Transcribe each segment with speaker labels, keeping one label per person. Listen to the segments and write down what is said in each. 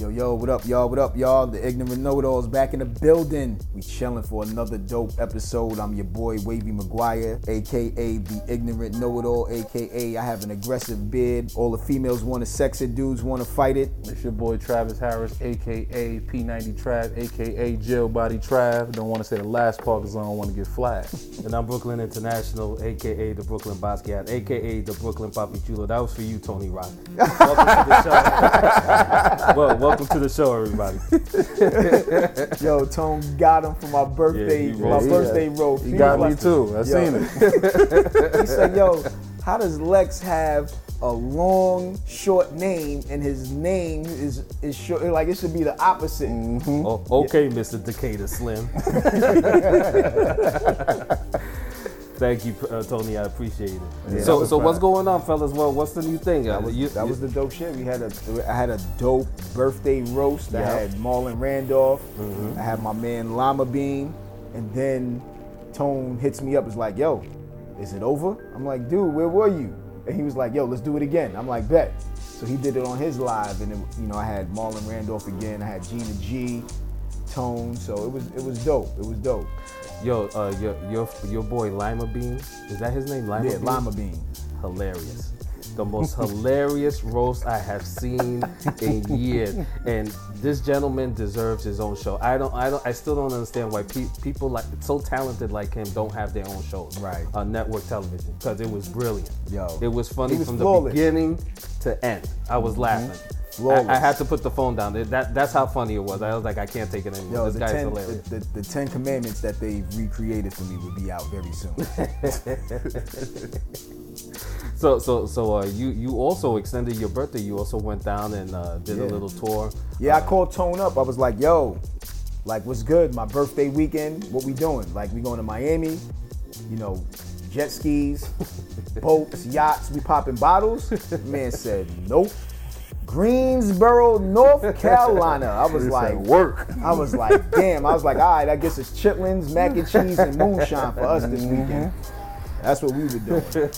Speaker 1: Yo, yo, what up, y'all? What up, y'all? The Ignorant Know-It-Alls back in the building. We chilling for another dope episode. I'm your boy, Wavy McGuire, aka The Ignorant Know-It-All, aka I have an aggressive beard. All the females want to sex it, dudes want to fight it.
Speaker 2: It's your boy Travis Harris, aka P90 Trav, aka Jail Body Trav. Don't want to say the last part because I don't want to get flagged.
Speaker 3: And I'm Brooklyn International, aka the Brooklyn Basquiat, aka the Brooklyn Poppy Chulo. That was for you, Tony Rock. welcome to the show. well, welcome to the show, everybody.
Speaker 1: Yo, Tone got him for my birthday,
Speaker 3: Yeah, he
Speaker 1: my
Speaker 3: rolled.
Speaker 1: birthday roll.
Speaker 2: He got me too. I seen it.
Speaker 1: He said, yo, how does Lex have a long, short name and his name is, is short? Like, it should be the opposite.
Speaker 2: Mm-hmm.
Speaker 3: Oh, okay, Mr. Decatur Slim. Thank you, uh, Tony. I appreciate it.
Speaker 1: that
Speaker 3: so,
Speaker 1: was
Speaker 3: so
Speaker 1: fine.
Speaker 3: what's going on, fellas? Well, what's the new thing? Uh,
Speaker 1: That was, that was the dope shit. We had a I had a dope birthday roast. I
Speaker 3: Yeah.
Speaker 1: had Marlon Randolph.
Speaker 3: Mm-hmm.
Speaker 1: I had my man Llama Bean, and then Tone hits me up. Is like, yo, is it over? I'm like, dude, where were you? And he was like, yo, let's do it again. I'm like, bet. So he did it on his live, and it, you know I had Marlon Randolph again. I had Gina G, Tone. So it was it was dope. It was dope.
Speaker 3: yo, uh, your, your your boy Lima Bean. Is that his name? Lima
Speaker 1: Yeah,
Speaker 3: Bean?
Speaker 1: Llama Bean.
Speaker 3: hilarious. The most hilarious roast I have seen in years, and this gentleman deserves his own show. I don't, I don't, I still don't understand why pe- people like so talented like him don't have their own shows
Speaker 1: Right.
Speaker 3: on network television because it was brilliant.
Speaker 1: Yo.
Speaker 3: it was funny
Speaker 1: He was
Speaker 3: from
Speaker 1: flawless. Mm-hmm.
Speaker 3: the beginning to end. I was laughing.
Speaker 1: Flawless.
Speaker 3: I, I had to put the phone down. It- That, that's how funny it was. I was like, I can't take it anymore.
Speaker 1: Yo,
Speaker 3: this
Speaker 1: the
Speaker 3: guy's
Speaker 1: ten,
Speaker 3: hilarious.
Speaker 1: the, the, the ten commandments that they recreated for me will be out very soon.
Speaker 3: So, so, so, uh, you you also extended your birthday. You also went down and uh, did
Speaker 1: Yeah.
Speaker 3: a little tour.
Speaker 1: Yeah, I called Tone up. I was like, yo, like, what's good? My birthday weekend, what we doing? Like, we going to Miami, you know, jet skis, boats, yachts, we popping bottles? Man said, nope. Greensboro, North Carolina. I was like,
Speaker 2: work.
Speaker 1: I was like, damn. I was like, all right, I guess it's chitlins, mac and cheese, and moonshine for us this weekend. That's what we were doing.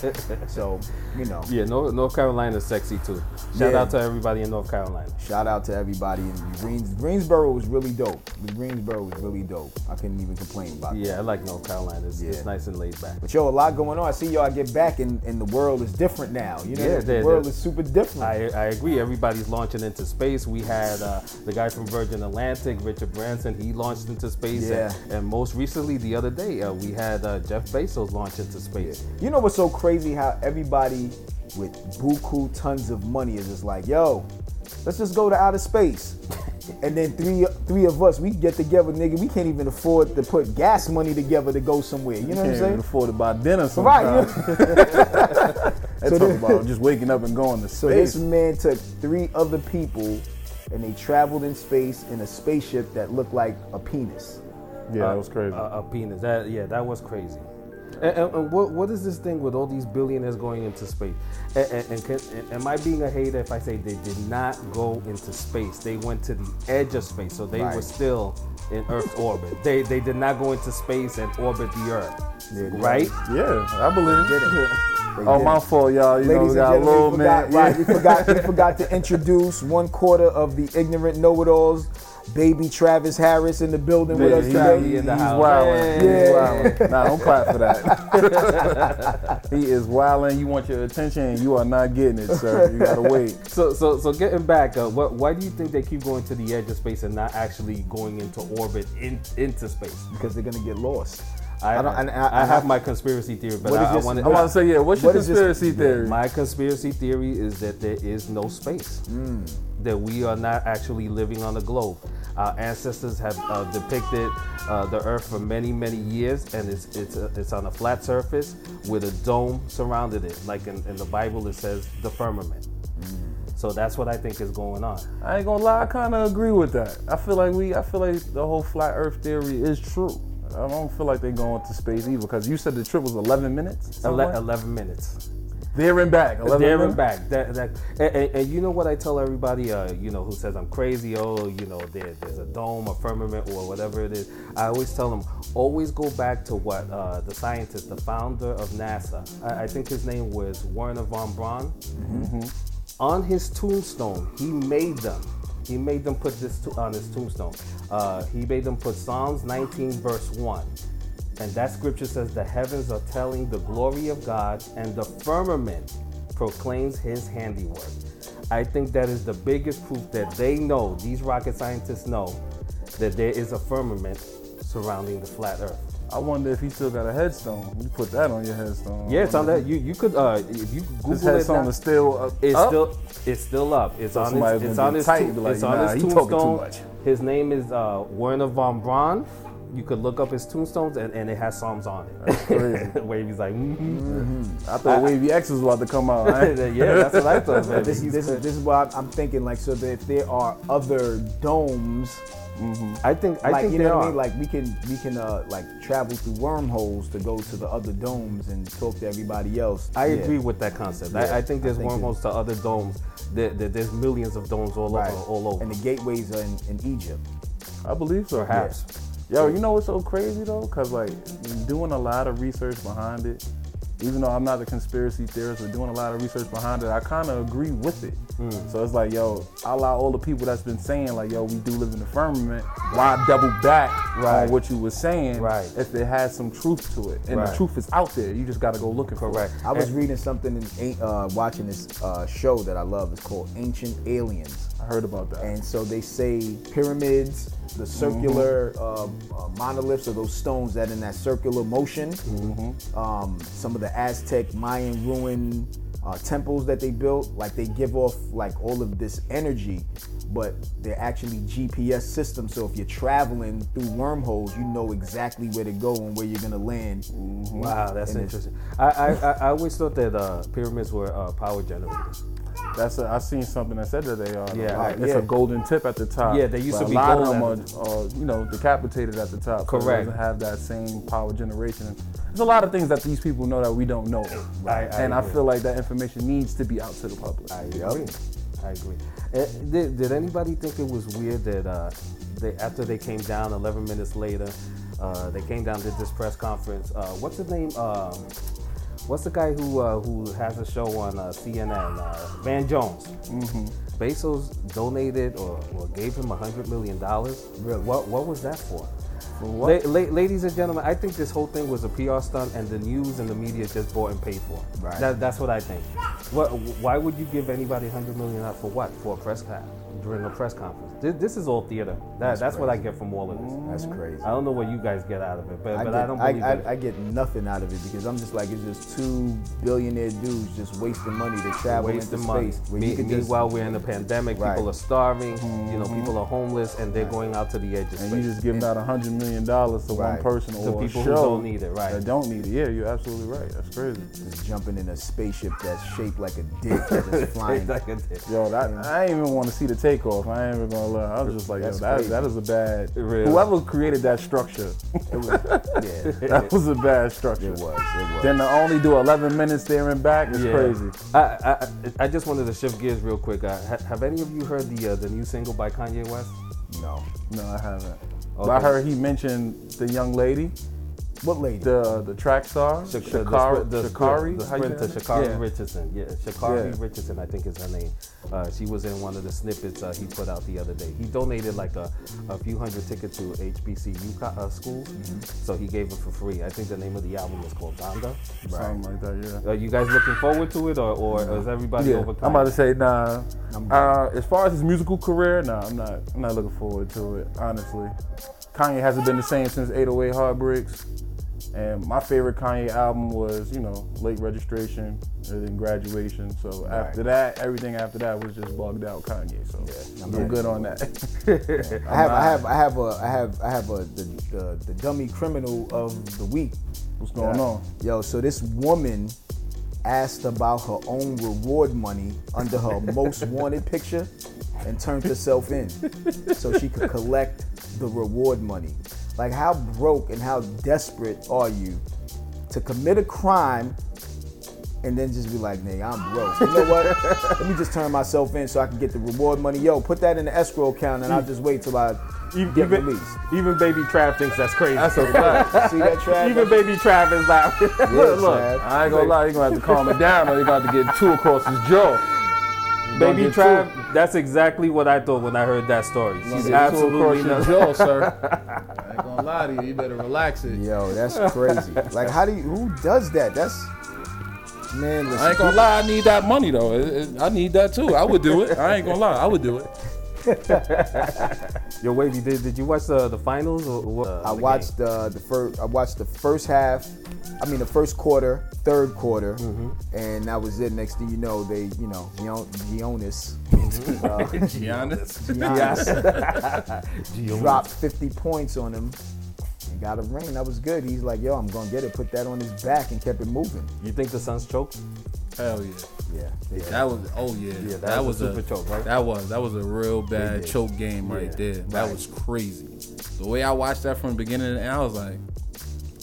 Speaker 1: So, you know,
Speaker 3: Yeah, North, North Carolina's sexy too. Shout
Speaker 1: Yeah.
Speaker 3: out to everybody in North Carolina.
Speaker 1: Shout out to everybody in Greens. Greensboro was really dope. The Greensboro was really dope. I couldn't even complain about it.
Speaker 3: Yeah, I like North Carolina. It's,
Speaker 1: Yeah.
Speaker 3: it's nice and laid back.
Speaker 1: But yo, a lot going on. I see y'all get back and, and the world is different now. You know,
Speaker 3: Yeah,
Speaker 1: the
Speaker 3: they're-
Speaker 1: world
Speaker 3: they're-
Speaker 1: is super different.
Speaker 3: I, I agree. Everybody's launching into space. We had uh, the guy from Virgin Atlantic, Richard Branson. He launched into space.
Speaker 1: Yeah.
Speaker 3: And, and most recently, the other day, uh, we had uh, Jeff Bezos launch into space.
Speaker 1: You know what's so crazy? How everybody with buku tons of money is just like, yo, let's just go to outer space. And then three three of us, we get together, nigga. We can't even afford to put gas money together to go somewhere. You know what I'm
Speaker 2: Can't even
Speaker 1: saying?
Speaker 2: afford to buy dinner
Speaker 1: Right.
Speaker 2: sometimes.
Speaker 1: you know?
Speaker 2: They
Speaker 1: So
Speaker 2: talk
Speaker 1: the-
Speaker 2: about just waking up and going to
Speaker 1: So this
Speaker 2: space.
Speaker 1: man took three other people and they traveled in space in a spaceship that looked like a penis.
Speaker 2: yeah,
Speaker 3: Uh,
Speaker 2: that was crazy.
Speaker 3: A, a penis. That yeah, that was crazy. And, and, and what what is this thing with all these billionaires going into space? And, and, and, can, and am I being a hater if I say they did not go into space? They went to the edge of space, so they
Speaker 1: Right.
Speaker 3: were still in Earth's orbit. They they did not go into space and orbit the Earth,
Speaker 1: Yeah, yeah.
Speaker 3: right?
Speaker 2: yeah, I believe.
Speaker 1: Did it. They
Speaker 2: Oh,
Speaker 1: did
Speaker 2: my
Speaker 1: it.
Speaker 2: fault, y'all. You know, we
Speaker 1: Ladies
Speaker 2: got a
Speaker 1: and gentlemen,
Speaker 2: little
Speaker 1: we forgot,
Speaker 2: man.
Speaker 1: right, we forgot, we forgot to introduce one quarter of the ignorant know-it-alls, baby Travis Harris in the building with
Speaker 2: Yeah,
Speaker 1: us
Speaker 2: he-
Speaker 1: today.
Speaker 2: he-
Speaker 3: in the
Speaker 2: he's
Speaker 3: house.
Speaker 2: wilding.
Speaker 1: Yeah.
Speaker 2: He's wilding. Nah, don't clap for that. he is wilding. You want your attention, and you are not getting it, sir. You gotta wait.
Speaker 3: So so so getting back, uh, what, why do you think they keep going to the edge of space and not actually going into orbit in, into space?
Speaker 1: Because they're gonna get lost.
Speaker 3: I,
Speaker 1: I don't- and I-
Speaker 3: I,
Speaker 1: I
Speaker 3: have
Speaker 1: have-
Speaker 3: my conspiracy theory, but
Speaker 1: What is
Speaker 3: I, I
Speaker 1: this- Oh,
Speaker 3: want
Speaker 2: I want to say, yeah. What's your
Speaker 1: What is this-
Speaker 2: conspiracy theory?
Speaker 3: My conspiracy theory is that there is no space.
Speaker 2: Mm.
Speaker 3: That we are not actually living on the globe. Our ancestors have uh, depicted uh, the Earth for many, many years, and it's it's uh, it's on a flat surface with a dome surrounded it. Like in, in the Bible, it says the firmament.
Speaker 2: Mm.
Speaker 3: So that's what I think is going on.
Speaker 2: I ain't gonna lie, I kind of agree with that. I feel like we, I feel like the whole flat Earth theory is true. I don't feel like they're going to space either because you said the trip was 11 minutes.
Speaker 3: Ele-
Speaker 2: somewhere?
Speaker 3: Eleven minutes.
Speaker 2: there and back. 11
Speaker 3: there
Speaker 2: minutes?
Speaker 3: and back. That, that, and, and, and you know what I tell everybody, uh, you know, who says I'm crazy, oh, you know, there, there's a dome, a firmament, or whatever it is. I always tell them, always go back to what uh, the scientist, the founder of NASA, I, I think his name was Werner von Braun. On his tombstone, he made them He made them put this to, on his tombstone. Uh, he made them put Psalms 19, verse 1. And that scripture says, The heavens are telling the glory of God, and the firmament proclaims his handiwork. I think that is the biggest proof that they know, these rocket scientists know, that there is a firmament surrounding the flat earth.
Speaker 4: I wonder if he still got a headstone. You put that on your headstone.
Speaker 3: Yeah, it's on that. You you could uh if you Google
Speaker 4: His
Speaker 3: it
Speaker 4: headstone
Speaker 3: now,
Speaker 4: is still up.
Speaker 3: it's
Speaker 1: Oh.
Speaker 4: up?
Speaker 3: still it's still up. It's on
Speaker 4: somebody's
Speaker 3: his, it's
Speaker 4: gonna
Speaker 3: on
Speaker 4: be
Speaker 3: his,
Speaker 4: tight
Speaker 3: tomb-
Speaker 4: and be like,
Speaker 3: it's on
Speaker 4: "Nah,
Speaker 3: his
Speaker 4: he talking too
Speaker 3: tombstone.
Speaker 4: much."
Speaker 3: His name is uh, Werner von Braun. You could look up his tombstones and, and it has psalms on it. That's
Speaker 4: crazy.
Speaker 3: Wavy's like, mm
Speaker 4: I thought Wavy X was about to come out. right?
Speaker 3: yeah, that's what I thought. baby.
Speaker 1: This,
Speaker 3: He's
Speaker 1: this,
Speaker 3: clear.
Speaker 1: this is why I'm thinking like so that if there are other domes,
Speaker 3: I think I
Speaker 1: like
Speaker 3: think
Speaker 1: you
Speaker 3: there
Speaker 1: know what I
Speaker 3: are.
Speaker 1: mean, like we can we can uh, like travel through wormholes to go to the other domes and talk to everybody else.
Speaker 3: I
Speaker 1: Yeah.
Speaker 3: agree with that concept.
Speaker 1: Yeah,
Speaker 3: I, I think there's
Speaker 1: I think
Speaker 3: wormholes to other domes. There, there, there's millions of domes all
Speaker 1: Right.
Speaker 3: over, all over.
Speaker 1: And the gateways are in, in Egypt.
Speaker 4: I believe so.
Speaker 3: Perhaps.
Speaker 4: Yo, you know what's so crazy though? Cause like doing a lot of research behind it, even though I'm not a conspiracy theorist, but doing a lot of research behind it, I kind of agree with it.
Speaker 3: Hmm.
Speaker 4: So it's like, yo, I allow all the people that's been saying like, yo, we do live in the firmament. Why double back
Speaker 3: Right.
Speaker 4: on what you were saying?
Speaker 3: Right.
Speaker 4: If it has some truth to it, and
Speaker 3: Right.
Speaker 4: the truth is out there, you just gotta go looking for
Speaker 3: Correct.
Speaker 4: it.
Speaker 1: I was reading something and uh, watching this uh, show that I love. It's called Ancient Aliens.
Speaker 4: I heard about that.
Speaker 1: And so they say pyramids, the circular uh, uh, monoliths, or those stones that in that circular motion. Um, some of the Aztec, Mayan ruin uh, temples that they built, like they give off like all of this energy, but they're actually GPS systems. So if you're traveling through wormholes, you know exactly where to go and where you're gonna land.
Speaker 3: Wow, that's
Speaker 1: And it's-
Speaker 3: interesting. I, I, I, I always thought that uh, pyramids were uh, power generators.
Speaker 4: That's a, I seen something that said that they are.
Speaker 3: Yeah.
Speaker 4: like, it's
Speaker 1: Yeah.
Speaker 4: a golden tip at the top.
Speaker 3: Yeah, they used
Speaker 4: but
Speaker 3: to
Speaker 4: a
Speaker 3: be
Speaker 4: lot
Speaker 3: gold
Speaker 4: of them are, are, you know, decapitated at the top. so it
Speaker 3: Correct.
Speaker 4: doesn't have that same power generation. There's a lot of things that these people know that we don't know,
Speaker 3: Right, I
Speaker 4: and I
Speaker 3: agree.
Speaker 4: feel like that information needs to be out to the public.
Speaker 3: I agree. I agree. Eh, Did, did anybody think it was weird that uh, they after they came down 11 minutes later, uh, they came down did this press conference? Uh, what's his name? Um, what's the guy who uh, who has a show on uh, CNN? Uh, Van Jones. Bezos donated or, or gave him 100 million dollars.
Speaker 1: Really?
Speaker 3: What what was that for?
Speaker 4: For what?
Speaker 3: La- la- ladies and gentlemen, I think this whole thing was a PR stunt, and the news and the media just bought and paid for. it.
Speaker 1: Right.
Speaker 3: That, that's what I think. What, why would you give anybody 100 million out for what? For a press con during a press conference? This, this is all theater. That, that's what I get from all of this.
Speaker 1: That's crazy.
Speaker 3: I don't know what you guys get out of it, but,
Speaker 1: I,
Speaker 3: but
Speaker 1: get,
Speaker 3: I don't believe
Speaker 1: I,
Speaker 3: it.
Speaker 1: I, get nothing out of it because I'm just like it's just two billionaire dudes just wasting money to travel
Speaker 3: wasting
Speaker 1: into
Speaker 3: money.
Speaker 1: space. where you
Speaker 3: Me,
Speaker 1: could just-
Speaker 3: meanwhile, we're in a pandemic.
Speaker 1: Right. Mm-hmm.
Speaker 3: People are starving. You know, people are homeless, and they're going out to the edge of
Speaker 4: and
Speaker 3: space.
Speaker 4: you just giving out hundred million dollars to
Speaker 1: Right.
Speaker 4: one person
Speaker 3: To
Speaker 4: or a
Speaker 3: people who
Speaker 4: show
Speaker 3: don't need it, right. Mm-hmm.
Speaker 4: That don't need it. Yeah, you're absolutely right. That's crazy.
Speaker 1: just jumping in a spaceship that's shaped like a dick and just flying.
Speaker 3: Like it-
Speaker 4: Yo, that, I didn't even want to see the takeoff. I ain't even gonna lie. I was just like, yo,
Speaker 1: That's
Speaker 4: that,
Speaker 1: crazy.
Speaker 4: that is a bad.
Speaker 3: Really?
Speaker 4: Whoever created that structure,
Speaker 1: It was, yeah,
Speaker 4: that was a bad structure.
Speaker 1: it was. It was.
Speaker 4: Then to only do 11 minutes there and back is
Speaker 3: Yeah.
Speaker 4: crazy.
Speaker 3: I, I I just wanted to shift gears real quick. Uh, ha- have any of you heard the uh, the new single by Kanye West?
Speaker 1: no.
Speaker 4: No, I haven't. But I
Speaker 3: Okay.
Speaker 4: heard he mentioned the young lady,
Speaker 1: What lady?
Speaker 4: the the track star,
Speaker 3: Sh-
Speaker 4: Shakari.
Speaker 3: the, spr- the,
Speaker 4: Shakari,
Speaker 3: spr- the
Speaker 4: how you
Speaker 3: sprinter
Speaker 4: pronounce it?
Speaker 3: Shakari
Speaker 4: Yeah.
Speaker 3: Richardson. Yeah, Shakari
Speaker 4: Yeah.
Speaker 3: Richardson, I think is her name. Uh, she was in one of the snippets uh, he put out the other day. He donated like a, a few hundred tickets to HBCU co- uh, schools,
Speaker 4: Mm-hmm.
Speaker 3: so he gave it for free. I think the name of the album is called Donda.
Speaker 4: Something like that, yeah.
Speaker 3: Are you guys looking forward to it, or, or is everybody
Speaker 4: Yeah,
Speaker 3: over?
Speaker 4: I'm about to say
Speaker 3: Kanye?
Speaker 4: nah. Uh, as far as his musical career, nah, I'm not. I'm not looking forward to it, honestly. Kanye hasn't been the same since 808 Heartbreaks, and my favorite Kanye album was, you know, Late Registration and then Graduation. So after that, everything after that was just bugged out Kanye. So
Speaker 1: Yeah,
Speaker 4: I'm
Speaker 1: I'm
Speaker 4: no
Speaker 1: not-
Speaker 4: good on that.
Speaker 1: I have, I have, I have a, I have, I have a the, the, the dummy criminal of the week.
Speaker 4: What's going
Speaker 1: Yeah.
Speaker 4: on?
Speaker 1: Yo, so this woman asked about her own reward money under her most wanted picture and turned herself in so she could collect the reward money. Like, how broke and how desperate are you to commit a crime and then just be like, nigga, I'm broke. You know what? Let me just turn myself in so I can get the reward money. Yo, put that in the escrow account and I'll just wait till I get released.
Speaker 3: Mm. even Baby Trav thinks that's crazy.
Speaker 4: That's a fact.
Speaker 1: See that, Trav?
Speaker 3: even Baby Trav is laughing.
Speaker 1: Yeah,
Speaker 4: Look,
Speaker 1: Trav.
Speaker 4: I ain't gonna lie, you're gonna have to calm it down or you're about to get two across his jaw.
Speaker 2: Don't
Speaker 3: Baby
Speaker 2: get
Speaker 3: Trav,
Speaker 2: too-
Speaker 3: that's exactly what I thought when I heard that story. She's
Speaker 4: get too
Speaker 3: absolutely
Speaker 2: across your
Speaker 3: not.
Speaker 4: Yo, sir. I ain't gonna lie to you. You better relax it.
Speaker 1: Yo, that's crazy. like, how do you? Who does that? That's man. Listen,
Speaker 4: I ain't gonna lie. I need that money though. It- it- I need that too. I would do it. I ain't gonna lie. I would do it.
Speaker 3: Yo, Wavy, did, did you watch the, the finals? Or, what?
Speaker 1: I watched uh, the first. I watched the first half. I mean, the first quarter, third quarter,
Speaker 4: Mm-hmm.
Speaker 1: and that was it. Next thing you know, they, you know, Gion- Gionis, uh,
Speaker 4: Giannis.
Speaker 1: Giannis dropped 50 points on him and got a ring. That was good. He's like, yo, I'm gonna get it. Put that on his back and kept it moving.
Speaker 3: You think the Suns choked?
Speaker 4: Hell yeah.
Speaker 1: Yeah.
Speaker 4: That was oh yeah.
Speaker 3: that was a super choke, right?
Speaker 4: That was that was a real bad
Speaker 1: did.
Speaker 4: choke game right there. That was crazy. The way I watched that from the beginning and I was like,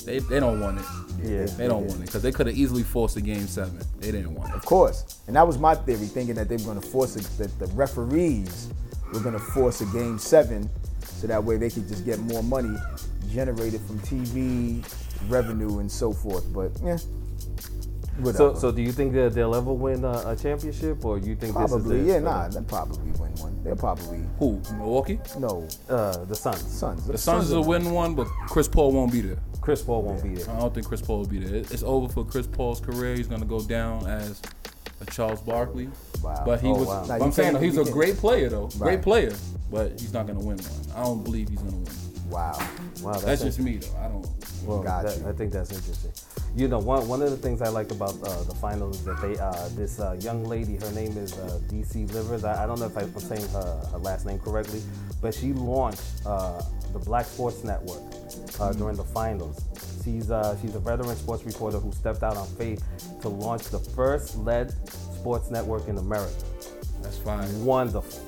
Speaker 4: they they don't want it.
Speaker 3: Yeah.
Speaker 4: They don't want it because they could have easily forced a game seven. They didn't want it.
Speaker 1: Of course. And that was my theory, thinking that they were going to force it, that the referees were going to force a game seven, so that way they could just get more money generated from TV revenue and so forth. But yeah,
Speaker 3: So,
Speaker 1: whatever.
Speaker 3: so do you think that they'll ever win a, a championship, or you think
Speaker 1: probably,
Speaker 3: this is
Speaker 1: yeah,
Speaker 3: the,
Speaker 1: nah, they'll probably win one. They'll probably
Speaker 4: Who? Milwaukee?
Speaker 1: no
Speaker 3: uh, the Suns?
Speaker 1: Suns.
Speaker 4: The Suns will win one, but Chris Paul won't be there.
Speaker 3: Chris Paul won't be there.
Speaker 4: I don't think Chris Paul will be there. It- It's over for Chris Paul's career. He's gonna go down as a Charles Barkley.
Speaker 1: Wow.
Speaker 4: But he
Speaker 3: Oh,
Speaker 4: was.
Speaker 3: wow.
Speaker 1: Nah,
Speaker 4: but
Speaker 1: you
Speaker 4: I'm saying
Speaker 1: can't-
Speaker 4: he's
Speaker 1: you
Speaker 4: a
Speaker 1: can't-
Speaker 4: great player though.
Speaker 1: Right.
Speaker 4: Great player. But he's not gonna win one. I don't believe he's gonna win.
Speaker 1: Wow.
Speaker 3: Wow, that's,
Speaker 4: That's
Speaker 3: in-
Speaker 4: just me though. I don't.
Speaker 3: Well,
Speaker 1: Got
Speaker 3: that-
Speaker 1: you.
Speaker 3: I think that's interesting. You know, one, one of the things I like about uh, the finals is that they uh, this uh, young lady, her name is uh, DC Livers. I, I don't know if I'm saying her, her last name correctly, but she launched uh, the Black Sports Network uh, during the finals. She's uh, she's a veteran sports reporter who stepped out on faith to launch the first lead sports network in America.
Speaker 4: That's fine.
Speaker 3: Wonderful,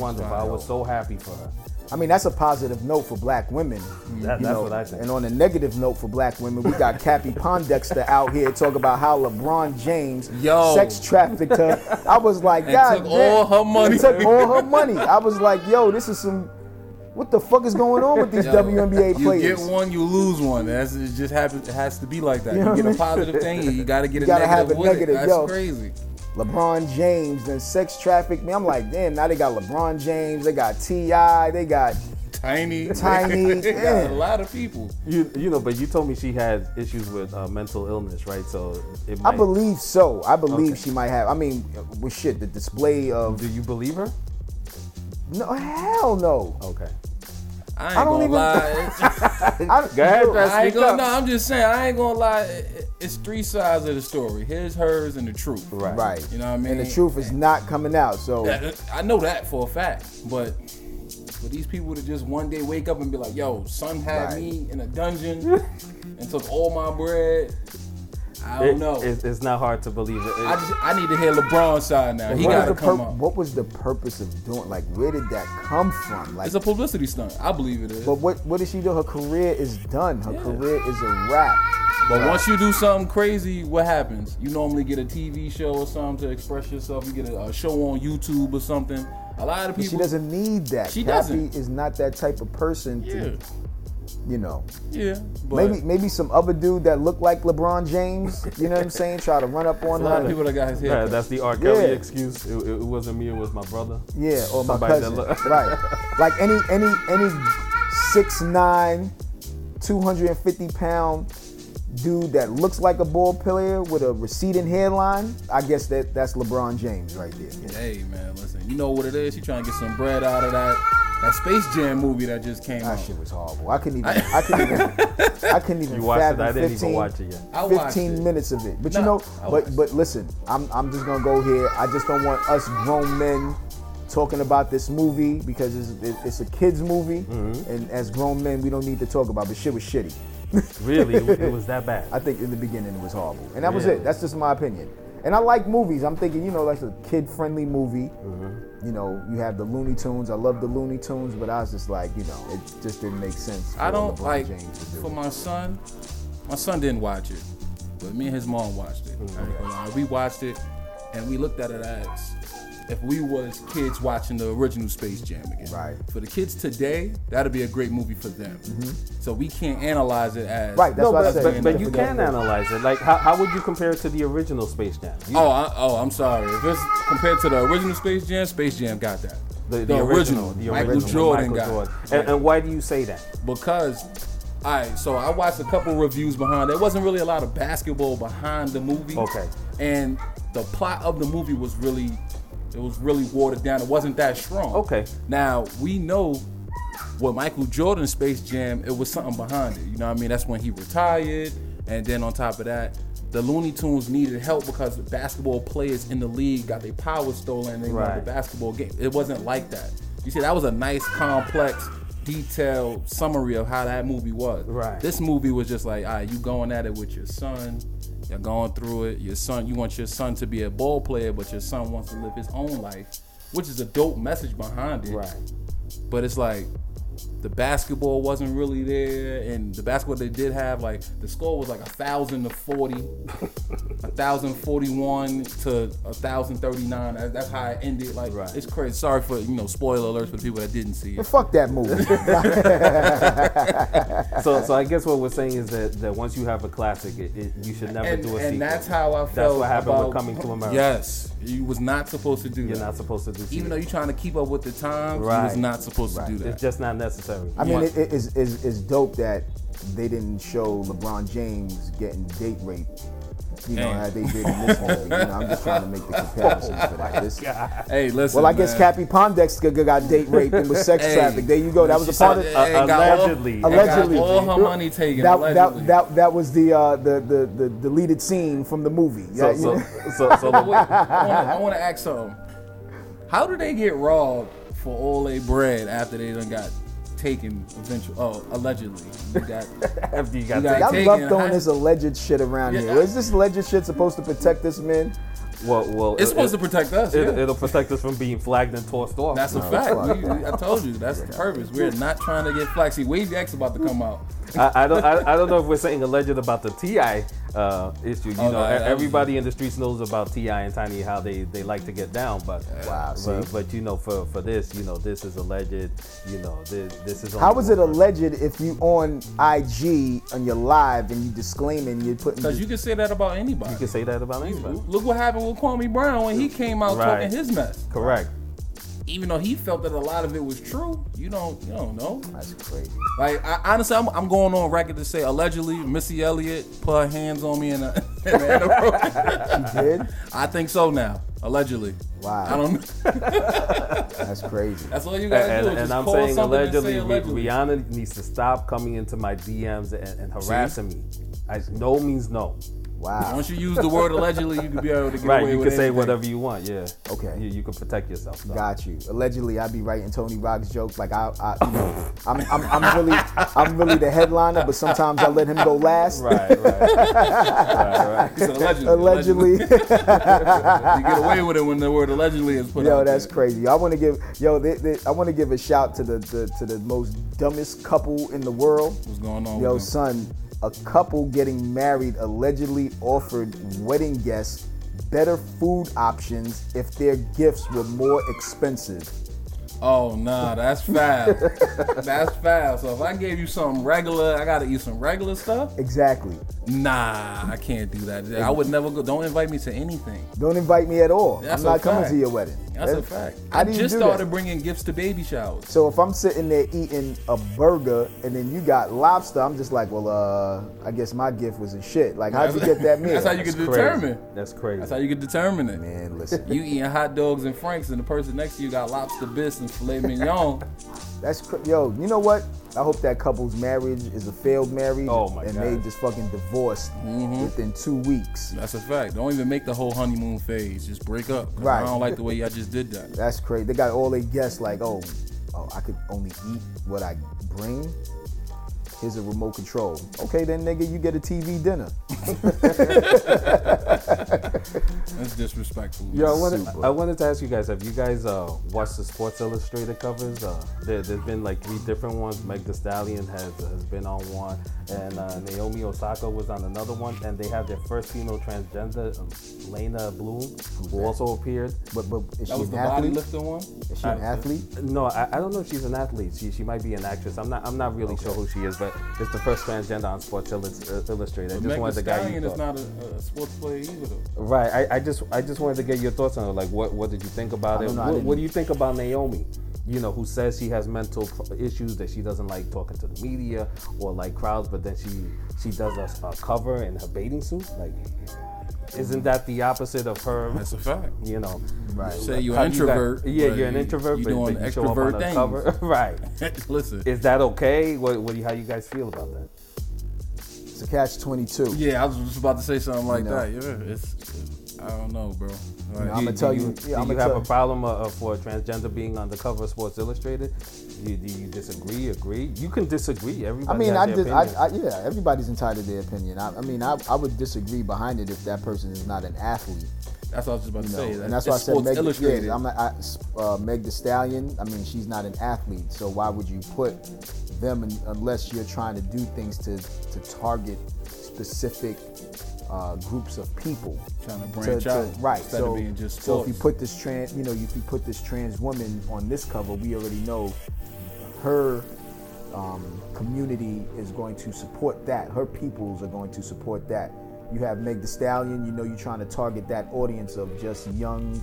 Speaker 3: wonderful. I was so happy for her.
Speaker 1: I mean, that's a positive note for black women.
Speaker 3: Mm. That-
Speaker 1: you
Speaker 3: that's what I think.
Speaker 1: And on a negative note for black women, we got Cappy Pondexter out here talking about how LeBron James
Speaker 4: Yo.
Speaker 1: sex trafficked her. I was like,
Speaker 4: And
Speaker 1: God
Speaker 4: took
Speaker 1: damn.
Speaker 4: all her money.
Speaker 1: And took all her money. I was like, yo, this is some. What the fuck is going on with these
Speaker 4: Yo,
Speaker 1: WNBA
Speaker 4: you
Speaker 1: players?
Speaker 4: get one, you lose one. That's it just happens. It has to be like that.
Speaker 1: You
Speaker 4: You,
Speaker 1: know
Speaker 4: get
Speaker 1: what I
Speaker 4: a
Speaker 1: mean?
Speaker 4: positive thing, and you gotta get
Speaker 1: You
Speaker 4: a
Speaker 1: gotta
Speaker 4: negative.
Speaker 1: have a
Speaker 4: with it.
Speaker 1: negative,
Speaker 4: That's
Speaker 1: yo.
Speaker 4: crazy.
Speaker 1: LeBron James then sex trafficked me. I'm like, damn. Now they got LeBron James. They got Ti. They got
Speaker 4: Tiny,
Speaker 1: Tiny,
Speaker 4: They got
Speaker 1: yeah.
Speaker 4: a lot of people.
Speaker 3: You you know, but you told me she had issues with uh, mental illness, right? So it might,
Speaker 1: I believe so. I believe
Speaker 3: Okay.
Speaker 1: she might have. I mean, well, shit. The display of
Speaker 3: Do you believe her?
Speaker 1: no, hell no.
Speaker 3: Okay.
Speaker 4: I ain't
Speaker 1: don't
Speaker 4: gonna
Speaker 1: even-
Speaker 4: lie.
Speaker 1: I,
Speaker 3: Go ahead, Dre.
Speaker 4: I ain't
Speaker 3: Speak
Speaker 4: gonna,
Speaker 3: up.
Speaker 4: no, I'm just saying. I ain't gonna lie. It- it- It's three sides of the story. His, hers, and the truth.
Speaker 3: Right.
Speaker 1: Right.
Speaker 4: You know what I
Speaker 1: And the
Speaker 4: mean?
Speaker 1: truth is not coming out. So
Speaker 4: That- uh, I know that for a fact. But for these people to just one day wake up and be like, "Yo, son had
Speaker 1: Right.
Speaker 4: me in a dungeon and took all my bread," I don't
Speaker 3: It-
Speaker 4: know.
Speaker 3: It's, it's not hard to believe it.
Speaker 4: Oh, I just I need to hear LeBron's side now. He
Speaker 1: what, was
Speaker 4: gotta
Speaker 1: the
Speaker 4: come
Speaker 1: pur-
Speaker 4: up.
Speaker 1: what was the purpose of doing? Like, where did that come from? Like,
Speaker 4: It's a publicity stunt. I believe it is.
Speaker 1: but
Speaker 4: But,
Speaker 1: what what did she do? Her career is done. Her
Speaker 4: Yeah.
Speaker 1: career is a wrap.
Speaker 4: once you do something crazy, what happens? You normally get a TV show or something to express yourself. You get a, a show on YouTube or something. A lot of people.
Speaker 1: She doesn't need that.
Speaker 4: She
Speaker 1: Kathy
Speaker 4: doesn't.
Speaker 1: is not that type of person
Speaker 4: Yeah,
Speaker 1: to, you know.
Speaker 4: yeah. But
Speaker 1: Maybe maybe some other dude that looked like LeBron James. You know what I'm saying? Try to run up on
Speaker 4: a lot of
Speaker 1: her.
Speaker 4: people that got his hair.
Speaker 3: Yeah,
Speaker 4: cut.
Speaker 3: that's the R. Kelly
Speaker 1: Yeah.
Speaker 3: excuse. It, it wasn't me. It was my brother.
Speaker 1: Yeah, or my
Speaker 3: Somebody that
Speaker 1: cousin.
Speaker 3: look-
Speaker 1: right. Like any any any 6'9", 250 pound dude that looks like a ball player with a receding hairline, I guess that that's LeBron James right there.
Speaker 4: Hey man, listen. You know what it is? You trying to get some bread out of that that Space Jam movie that just came
Speaker 1: That
Speaker 4: out.
Speaker 1: shit was horrible. I couldn't even I couldn't even I couldn't even
Speaker 3: You watched it.
Speaker 1: fathom
Speaker 3: I didn't
Speaker 1: 15,
Speaker 3: even watch it yet.
Speaker 4: I watched
Speaker 1: 15
Speaker 4: it.
Speaker 1: minutes of it. But you
Speaker 4: Nah,
Speaker 1: know,
Speaker 4: I
Speaker 1: but
Speaker 4: watched
Speaker 1: but listen, I'm I'm just gonna go here. I just don't want us grown men talking about this movie because it's, it- it's a kids movie,
Speaker 4: Mm-hmm.
Speaker 1: and as grown men, we don't need to talk about. But shit was shitty.
Speaker 3: Really, it, it was that bad.
Speaker 1: I think in the beginning it was horrible, and that was
Speaker 3: Really?
Speaker 1: it. That's just my opinion. And I like movies. I'm thinking, you know, that's a kid-friendly movie.
Speaker 4: Mm-hmm.
Speaker 1: You know, you have the Looney Tunes. I love the Looney Tunes, but I was just like, you know, it just didn't make sense.
Speaker 4: I
Speaker 1: for
Speaker 4: don't
Speaker 1: LeBron
Speaker 4: like
Speaker 1: James to do
Speaker 4: for
Speaker 1: it.
Speaker 4: my son. My son didn't watch it, Mm, but me and his mom watched it. I ain't gonna lie. We watched it, and we looked at it as if we was kids watching the original Space Jam again.
Speaker 1: Right.
Speaker 4: For the kids today, that'd be a great movie for them. So we can't analyze it as
Speaker 1: Right, that's
Speaker 4: No,
Speaker 1: what I
Speaker 4: but-
Speaker 1: said.
Speaker 4: but-
Speaker 3: But, but you
Speaker 1: Yeah.
Speaker 3: can analyze it. Like, how, how would you compare it to the original Space Jam? You-
Speaker 4: Oh, I, oh, I'm sorry. If it's compared to the original Space Jam, Space Jam got that.
Speaker 3: the
Speaker 4: Michael
Speaker 3: original
Speaker 4: Jordan
Speaker 3: Michael
Speaker 4: got it.
Speaker 3: Jordan. And, and why do you say that?
Speaker 4: because all right so i watched a couple reviews behind there wasn't really a lot of basketball behind the movie
Speaker 3: Okay.
Speaker 4: and the plot of the movie was really it was really watered down it wasn't that strong
Speaker 3: Okay.
Speaker 4: now we know with michael jordan's space jam it was something behind it you know what i mean that's when he retired and then on top of that the Looney Tunes needed help because basketball players in the league got their power stolen and they wanted
Speaker 3: Right.
Speaker 4: the basketball game. It wasn't like that. You see, that was a nice, complex, detailed summary of how that movie was.
Speaker 3: Right.
Speaker 4: This movie was just like, all right, you going at it with your son. You're going through it. Your son, you want your son to be a ball player, but your son wants to live his own life, which is a dope message behind it. But it's like the basketball wasn't really there, and the basketball they did have, like the score was like a thousand to forty, a thousand forty-one to a thousand thirty-nine. That- That's how it ended. Like
Speaker 3: Right.
Speaker 4: it's crazy. Sorry for you know spoiler alerts for the people that didn't see it.
Speaker 1: Fuck that movie.
Speaker 3: So, so I guess what we're saying is that, that once you have a classic, it, it, you should never
Speaker 4: And,
Speaker 3: do a
Speaker 4: and
Speaker 3: sequel.
Speaker 4: that's how I felt.
Speaker 3: That's what happened
Speaker 4: about,
Speaker 3: with Coming to America.
Speaker 4: Yes, you was not supposed to do
Speaker 3: You're
Speaker 4: that.
Speaker 3: not supposed to do.
Speaker 4: Even though
Speaker 3: sequels.
Speaker 4: you're trying to keep up with the times, you was
Speaker 3: Right.
Speaker 4: not supposed to do that.
Speaker 3: it's just not necessary.
Speaker 1: I mean,
Speaker 4: Yeah.
Speaker 1: it, it is is is dope that they didn't show LeBron James getting date raped. You know,
Speaker 4: Damn.
Speaker 1: how they did in this movie. You know, I'm just trying to make the comparisons for that. This-
Speaker 4: hey, listen.
Speaker 1: well, I guess
Speaker 4: man.
Speaker 1: Cappy Pondex g- g- got date raped and was sex
Speaker 4: Hey.
Speaker 1: trafficked. There you go. That was
Speaker 4: She
Speaker 1: a part of
Speaker 4: said,
Speaker 3: uh,
Speaker 4: hey, got all-
Speaker 3: allegedly.
Speaker 4: got
Speaker 1: allegedly.
Speaker 4: all her money taken.
Speaker 1: That,
Speaker 4: allegedly.
Speaker 1: that, that, that was the, uh, the, the the deleted scene from the movie.
Speaker 3: so,
Speaker 1: Yeah,
Speaker 3: so,
Speaker 1: you know?
Speaker 3: so, so,
Speaker 4: But wait, I wanna- I want to ask something. How do they get robbed for all their bread after they done got taken eventually? Oh, allegedly. You got,
Speaker 3: after you got,
Speaker 4: got-
Speaker 3: taken-
Speaker 1: Y'all
Speaker 4: taking
Speaker 1: love
Speaker 4: a
Speaker 1: throwing
Speaker 4: high-
Speaker 1: this alleged shit around
Speaker 4: Yeah,
Speaker 1: here.
Speaker 4: I-
Speaker 1: Is this alleged shit supposed to protect us, man?
Speaker 3: well, well,
Speaker 4: it's
Speaker 3: it-
Speaker 4: supposed
Speaker 3: it-
Speaker 4: to protect us.
Speaker 3: It,
Speaker 4: yeah.
Speaker 3: It'll protect us from being flagged and tossed off.
Speaker 4: that's a fact. We- we- I told you, that's the purpose. We're not trying to get flaxseed. Wavy X about to come out.
Speaker 3: I, I don't. I, I don't know if we're saying alleged about the Ti uh, issue. You
Speaker 4: Oh,
Speaker 3: know,
Speaker 4: no, that was-
Speaker 3: e- everybody in the streets knows about Ti and Tiny how they, they like to get down. But
Speaker 1: Wow, see?
Speaker 3: But, but you know, for, for this, you know, this is alleged. You know, this this is.
Speaker 1: How
Speaker 3: only
Speaker 1: is it
Speaker 3: one person.
Speaker 1: alleged if you on IG on your live and you disclaiming you're putting?
Speaker 4: Because you can say that about anybody.
Speaker 3: You can say that about anybody.
Speaker 4: Look what happened with Kwame Brown when he came out
Speaker 3: Right.
Speaker 4: talking his mess.
Speaker 3: Correct.
Speaker 4: Even though he felt that a lot of it was true, you don't, you don't know.
Speaker 1: That's crazy.
Speaker 4: Like I, honestly, I'm, I'm going on record to say allegedly Missy Elliott put her hands on me in a. In a- in a-
Speaker 1: You did?
Speaker 4: I think so now. Allegedly.
Speaker 1: Wow.
Speaker 4: I don't.
Speaker 1: That's crazy.
Speaker 4: That's all you gotta
Speaker 3: And,
Speaker 4: do. is
Speaker 3: and
Speaker 4: just
Speaker 3: I'm
Speaker 4: call
Speaker 3: saying
Speaker 4: something and say
Speaker 3: allegedly, Rih-
Speaker 4: allegedly.
Speaker 3: Rihanna needs to stop coming into my DMs and, and harassing me. I, no means no.
Speaker 1: Wow.
Speaker 4: Once you use the word allegedly, you can be able to get
Speaker 3: Right,
Speaker 4: away
Speaker 3: you
Speaker 4: with
Speaker 3: can say
Speaker 4: anything.
Speaker 3: whatever you want. Yeah.
Speaker 1: Okay.
Speaker 3: You, you can protect yourself. though.
Speaker 1: Got you. Allegedly, I be writing Tony Rock's jokes. Like I, I you know, I'm, I'm, I'm really, I'm really the headliner, but sometimes I let him go last.
Speaker 3: Right, right. right,
Speaker 4: It's allegedly.
Speaker 1: Allegedly,
Speaker 4: allegedly. you get away with it when the word allegedly is put.
Speaker 1: yo,
Speaker 4: out
Speaker 1: that's
Speaker 4: there.
Speaker 1: crazy. I want to give, yo, th th I want to give a shout to the, the, to the most dumbest couple in the world.
Speaker 4: What's going on?
Speaker 1: Yo,
Speaker 4: with them?
Speaker 1: son, a couple getting married allegedly offered wedding guests better food options if their gifts were more expensive.
Speaker 4: Oh nah, that's foul. that's foul. So if I gave you something regular, I gotta eat some regular stuff.
Speaker 1: Exactly.
Speaker 4: Nah, I can't do that. I would never go. Don't invite me to anything.
Speaker 1: Don't invite me at all.
Speaker 4: That's
Speaker 1: I'm not
Speaker 4: a
Speaker 1: coming
Speaker 4: fact.
Speaker 1: to your wedding.
Speaker 4: That's a fact.
Speaker 1: How
Speaker 4: I
Speaker 1: do you
Speaker 4: just
Speaker 1: do
Speaker 4: started
Speaker 1: that?
Speaker 4: bringing gifts to baby showers.
Speaker 1: So if I'm sitting there eating a burger and then you got lobster, I'm just like, well, uh, I guess my gift was a shit. Like, how'd you get that meal?
Speaker 4: That's how you
Speaker 3: That's
Speaker 4: can
Speaker 3: crazy.
Speaker 4: determine.
Speaker 3: That's crazy.
Speaker 4: That's how you can determine it.
Speaker 1: Man, listen,
Speaker 4: You eating hot dogs and franks, and the person next to you got lobster bisque and filet mignon.
Speaker 1: that's cr- yo. You know what? I hope that couple's marriage is a failed marriage,
Speaker 3: Oh, my
Speaker 1: and
Speaker 3: God.
Speaker 1: they just fucking divorced
Speaker 4: Mm-hmm.
Speaker 1: within two weeks.
Speaker 4: That's a fact. Don't even make the whole honeymoon phase. Just break up. 'cause I
Speaker 1: Right.
Speaker 4: don't like the way y'all just did that.
Speaker 1: That's crazy. They got all their guests like, oh, oh, I could only eat what I bring. Here's a remote control. Okay, then nigga, you get a TV dinner.
Speaker 4: That's disrespectful.
Speaker 3: Yo, I wanted, I wanted to ask you guys: Have you guys uh, watched the Sports Illustrated covers? Uh, there, there's been like three different ones. Meg The Stallion has has been on one, and uh, Naomi Osaka was on another one. And they have their first female transgender, um, Lena Bloom, who also appeared.
Speaker 1: But but is
Speaker 4: That
Speaker 1: she
Speaker 4: was
Speaker 1: an
Speaker 4: the body
Speaker 1: athlete?
Speaker 4: lifter one.
Speaker 1: Is she an athlete?
Speaker 3: No, I, I don't know if she's an athlete. She, she might be an actress. I'm not I'm not really sure who she is, but it's the first transgender on Sports Illus- uh, Illustrated. I just
Speaker 4: Meg
Speaker 3: wanted
Speaker 4: Thee
Speaker 3: to get
Speaker 4: Stallion
Speaker 3: your
Speaker 4: is
Speaker 3: thoughts.
Speaker 4: not a, a sports player either. Though.
Speaker 3: Right. I, I just I just wanted to get your thoughts on it. Like, what what did you think about
Speaker 1: I
Speaker 3: it?
Speaker 1: don't know, I
Speaker 3: What,
Speaker 1: didn't-
Speaker 3: what do you think about Naomi? You know, who says she has mental pro- issues that she doesn't like talking to the media or like crowds, but then she she does a, a cover in her bathing suit. Like, isn't that the opposite of her?
Speaker 4: That's a fact.
Speaker 3: You know,
Speaker 1: Right.
Speaker 4: Say you're
Speaker 3: How
Speaker 4: an
Speaker 3: you got-
Speaker 4: introvert.
Speaker 3: yeah,
Speaker 4: but
Speaker 3: you're an introvert.
Speaker 4: You
Speaker 3: but,
Speaker 4: doing
Speaker 3: but you show up on
Speaker 4: extrovert
Speaker 3: a
Speaker 4: things.
Speaker 3: cover. right.
Speaker 4: Listen.
Speaker 3: Is that okay? What, what do you, how you guys feel about that?
Speaker 1: It's a catch 22.
Speaker 4: yeah, I was just about to say something like
Speaker 1: No.
Speaker 4: that. Yeah, it's. I don't know, bro. Like,
Speaker 1: I'm gonna
Speaker 3: Do
Speaker 1: tell
Speaker 3: you,
Speaker 1: you.
Speaker 3: do
Speaker 1: Yeah, I'm
Speaker 3: you
Speaker 1: gonna
Speaker 3: have
Speaker 1: tell
Speaker 3: a problem uh, uh, for a transgender being on the cover of Sports Illustrated? Do you, do you disagree? Agree? You can disagree. Everybody.
Speaker 1: I mean,
Speaker 3: has
Speaker 1: I
Speaker 3: their
Speaker 1: did. I,
Speaker 3: opinion.
Speaker 1: I, yeah, everybody's entitled to their opinion. I, I mean, I, I would disagree behind it if that person is not an athlete.
Speaker 4: that's what I was just about to
Speaker 1: you know,
Speaker 4: say.
Speaker 1: and
Speaker 4: that
Speaker 1: that's why I
Speaker 4: it's
Speaker 1: said
Speaker 4: Sports
Speaker 1: Meg.
Speaker 4: Illustrated.
Speaker 1: Yeah, I'm not, I, uh, Meg The Stallion. I mean, she's not an athlete, so why would you put them in, unless you're trying to do things to to target specific uh, groups of people?
Speaker 4: Trying to branch out
Speaker 1: right?
Speaker 4: instead of
Speaker 1: so,
Speaker 4: being just
Speaker 1: so if you
Speaker 4: sports.
Speaker 1: put this trans, you know, if you put this trans woman on this cover, we already know her um, community is going to support that. Her peoples are going to support that. You have Meg The Stallion. You know, you're trying to target that audience of just young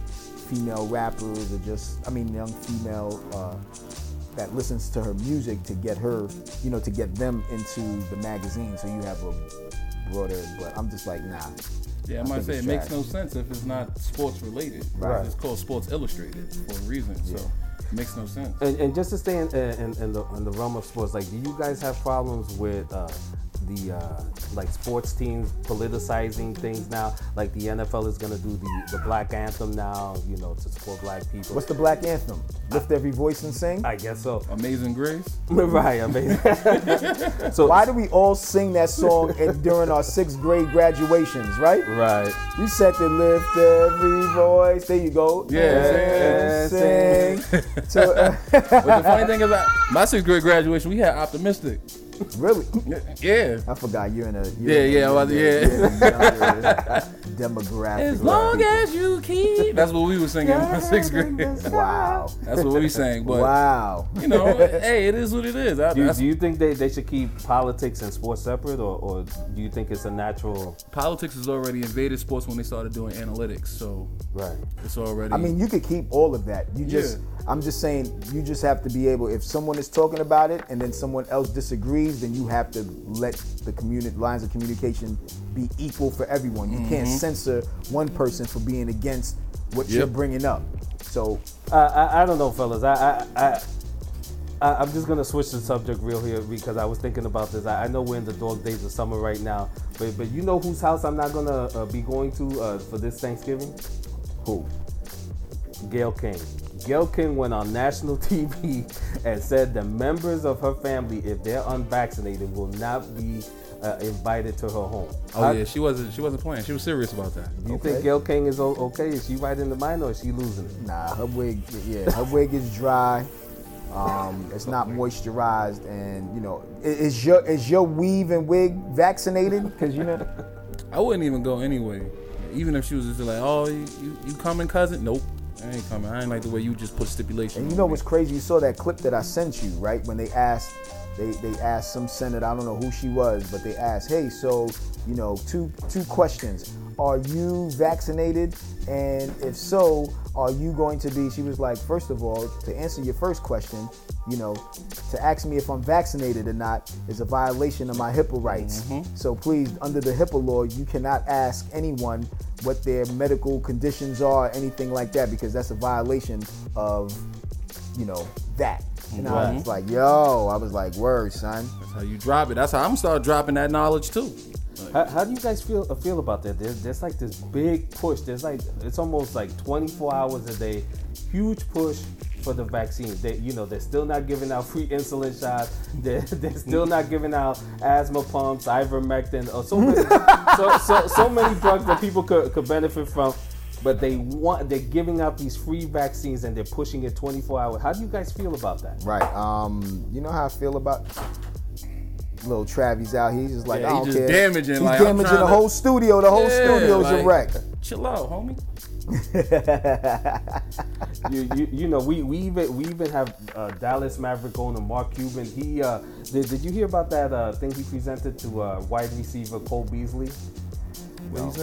Speaker 1: female rappers, or just I mean, young female uh, that listens to her music to get her, you know, to get them into the magazine. So you have a broader. But I'm just like, nah.
Speaker 4: yeah, I
Speaker 1: I
Speaker 4: might
Speaker 1: think
Speaker 4: say it
Speaker 1: it's
Speaker 4: makes
Speaker 1: trash.
Speaker 4: no sense if it's not sports related.
Speaker 1: Right.
Speaker 4: It's called Sports Illustrated for a reason. So it makes no sense.
Speaker 3: and, and just to stay in, in, in, the, in the realm of sports, like, do you guys have problems with uh, the uh, like sports teams politicizing things now? Like the NFL is gonna do the, the black anthem now, you know, to support black people.
Speaker 1: What's the black anthem? Lift every voice and sing.
Speaker 3: I guess so.
Speaker 4: Amazing Grace.
Speaker 3: right. I mean, so
Speaker 1: Why do we all sing that song at, during our sixth grade graduations, right?
Speaker 3: right.
Speaker 1: We said to lift every voice. There you go.
Speaker 4: Yeah,
Speaker 1: And sing. So, uh,
Speaker 4: But the funny thing is, I, my sixth grade graduation, we had optimistic.
Speaker 1: really?
Speaker 4: Yeah.
Speaker 1: I forgot you're in a.
Speaker 4: Yeah,
Speaker 1: You're
Speaker 4: yeah, well,
Speaker 1: in a- you're in a-
Speaker 4: yeah.
Speaker 1: you're in a younger Demographic.
Speaker 4: As
Speaker 1: of
Speaker 4: long
Speaker 1: people.
Speaker 4: as you keep. That's what we were singing in sixth grade. That's
Speaker 1: Wow.
Speaker 4: what we sang. But
Speaker 1: Wow.
Speaker 4: you know, hey, it is what it is. I,
Speaker 3: Do you,
Speaker 4: that's-
Speaker 3: do you think they, they should keep politics and sports separate, or, or do you think it's a natural?
Speaker 4: politics has already invaded sports when they started doing analytics, so
Speaker 3: Right.
Speaker 4: it's already.
Speaker 1: I mean, you could keep all of that. You just, I'm just saying, you just have to be able. If someone is talking about it and then someone else disagrees, then you have to let the communi- lines of communication be equal for everyone. You can't censor one person for being against what you're
Speaker 4: Yep.
Speaker 1: bringing up. So
Speaker 3: I, I, I don't know, fellas. I, I, I, I, I'm just gonna switch the subject real here because I was thinking about this. I, I know we're in the dog days of summer right now, but but you know whose house I'm not gonna uh, be going to uh, for this Thanksgiving? Who? Gail King. Gail King went on national TV and said the members of her family, if they're unvaccinated, will not be uh, invited to her home.
Speaker 4: oh yeah, she wasn't. She wasn't playing. She was serious about that.
Speaker 3: Do you
Speaker 1: Okay.
Speaker 3: think Gail King is o- okay? Is she right in the mind or is she losing it?
Speaker 1: nah, her wig, yeah, her wig is dry. Um, it's not moisturized, and you know, i- is your is your weave and wig vaccinated? Because you know,
Speaker 4: I wouldn't even go anyway, even if she was just like, "Oh, you, you, you coming, cousin?" Nope, I ain't coming. I ain't like the way you just put stipulation.
Speaker 1: And you
Speaker 4: on
Speaker 1: know
Speaker 4: me.
Speaker 1: what's crazy? You saw that clip that I sent you, right? When they asked, they, they asked some senator, I don't know who she was, but they asked, hey, so you know, two two questions: Are you vaccinated? And if so, are you going to be? She was like, first of all, to answer your first question, you know, to ask me if I'm vaccinated or not is a violation of my HIPAA rights. So please, under the HIPAA law, you cannot ask anyone what their medical conditions are, anything like that, because that's a violation of, you know, that. And I was like, yo, I was like, word, son.
Speaker 4: That's how you drop it. That's how I'm gonna start dropping that knowledge too.
Speaker 3: How, how do you guys feel uh, feel about that? There's, there's like this big push. There's like it's almost like 24 hours a day, huge push for the vaccine. They, you know, they're still not giving out free insulin shots. They're, they're still not giving out asthma pumps, ivermectin, or so many, so, so, so many drugs that people could, could benefit from. But they want they're giving out these free vaccines and they're pushing it 24 hours. How do you guys feel about that?
Speaker 1: Right. Um, you know how I feel about little Travis out here. He's just like,
Speaker 4: Yeah,
Speaker 1: I
Speaker 4: he
Speaker 1: don't
Speaker 4: just
Speaker 1: care.
Speaker 4: damaging,
Speaker 1: He's
Speaker 4: like, I'm
Speaker 1: damaging
Speaker 4: trying
Speaker 1: the
Speaker 4: to-
Speaker 1: whole studio. The whole
Speaker 4: Yeah,
Speaker 1: studio's a
Speaker 4: like-
Speaker 1: wreck.
Speaker 4: Chill out, homie.
Speaker 3: you, you, you know, we, we even we even have uh, Dallas Maverick owner Mark Cuban. He uh, did, did you hear about that uh, thing he presented to uh, wide receiver Cole Beasley?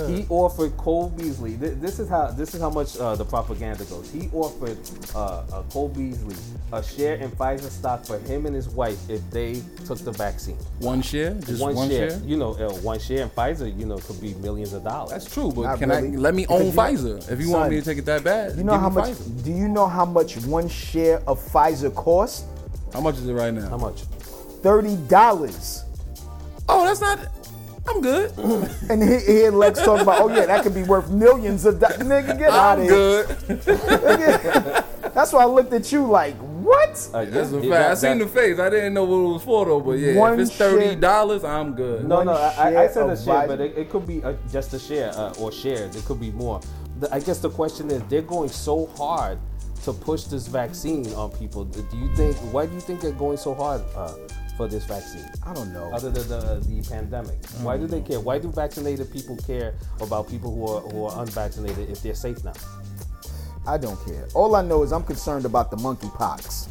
Speaker 3: He offered Cole Beasley. thi- this is how this is how much uh, the propaganda goes. He offered uh, uh, Cole Beasley a share in Pfizer stock for him and his wife if they took the vaccine.
Speaker 4: One share, just
Speaker 3: one,
Speaker 4: one,
Speaker 3: share,
Speaker 4: share.
Speaker 3: you know, uh, one share in Pfizer, you know, could be millions of dollars.
Speaker 4: That's true, but
Speaker 1: Not
Speaker 4: can
Speaker 1: really.
Speaker 4: I let me
Speaker 1: Because
Speaker 4: own
Speaker 1: you-
Speaker 4: Pfizer? If you want me
Speaker 1: son,
Speaker 4: to take it that bad,
Speaker 1: You know
Speaker 4: give
Speaker 1: how
Speaker 4: me
Speaker 1: much?
Speaker 4: Pfizer.
Speaker 1: Do you know how much one share of Pfizer costs?
Speaker 4: How much is it right
Speaker 3: how
Speaker 4: now?
Speaker 3: much?
Speaker 1: Thirty dollars.
Speaker 4: Oh, that's not. I'm good.
Speaker 1: And he, he and Lex talking about, oh yeah, that could be worth millions of dollars. Nigga, get out of
Speaker 4: I'm
Speaker 1: here.
Speaker 4: good.
Speaker 1: Nigga. That's why I looked at you like, what?
Speaker 3: Uh,
Speaker 4: That's
Speaker 3: yeah,
Speaker 4: a fact.
Speaker 3: yeah,
Speaker 4: I
Speaker 3: that-
Speaker 4: seen the face. I didn't know what it was for though. But yeah,
Speaker 1: One
Speaker 4: if it's
Speaker 1: share-
Speaker 4: thirty dollars, I'm good.
Speaker 3: No,
Speaker 1: one
Speaker 3: no, I, I- I said
Speaker 1: share
Speaker 3: a
Speaker 1: of
Speaker 3: share,
Speaker 1: Pfizer.
Speaker 3: but it, it could be uh just a share uh, or shares. It could be more. The, I guess the question is, they're going so hard to push this vaccine on people. Do you think? Why do you think they're going so hard uh, for this vaccine?
Speaker 1: I don't know.
Speaker 3: Other than the, the pandemic, why do they care? Why do vaccinated people care about people who are who are unvaccinated if they're safe now?
Speaker 1: I don't care. All I know is I'm concerned about the monkeypox.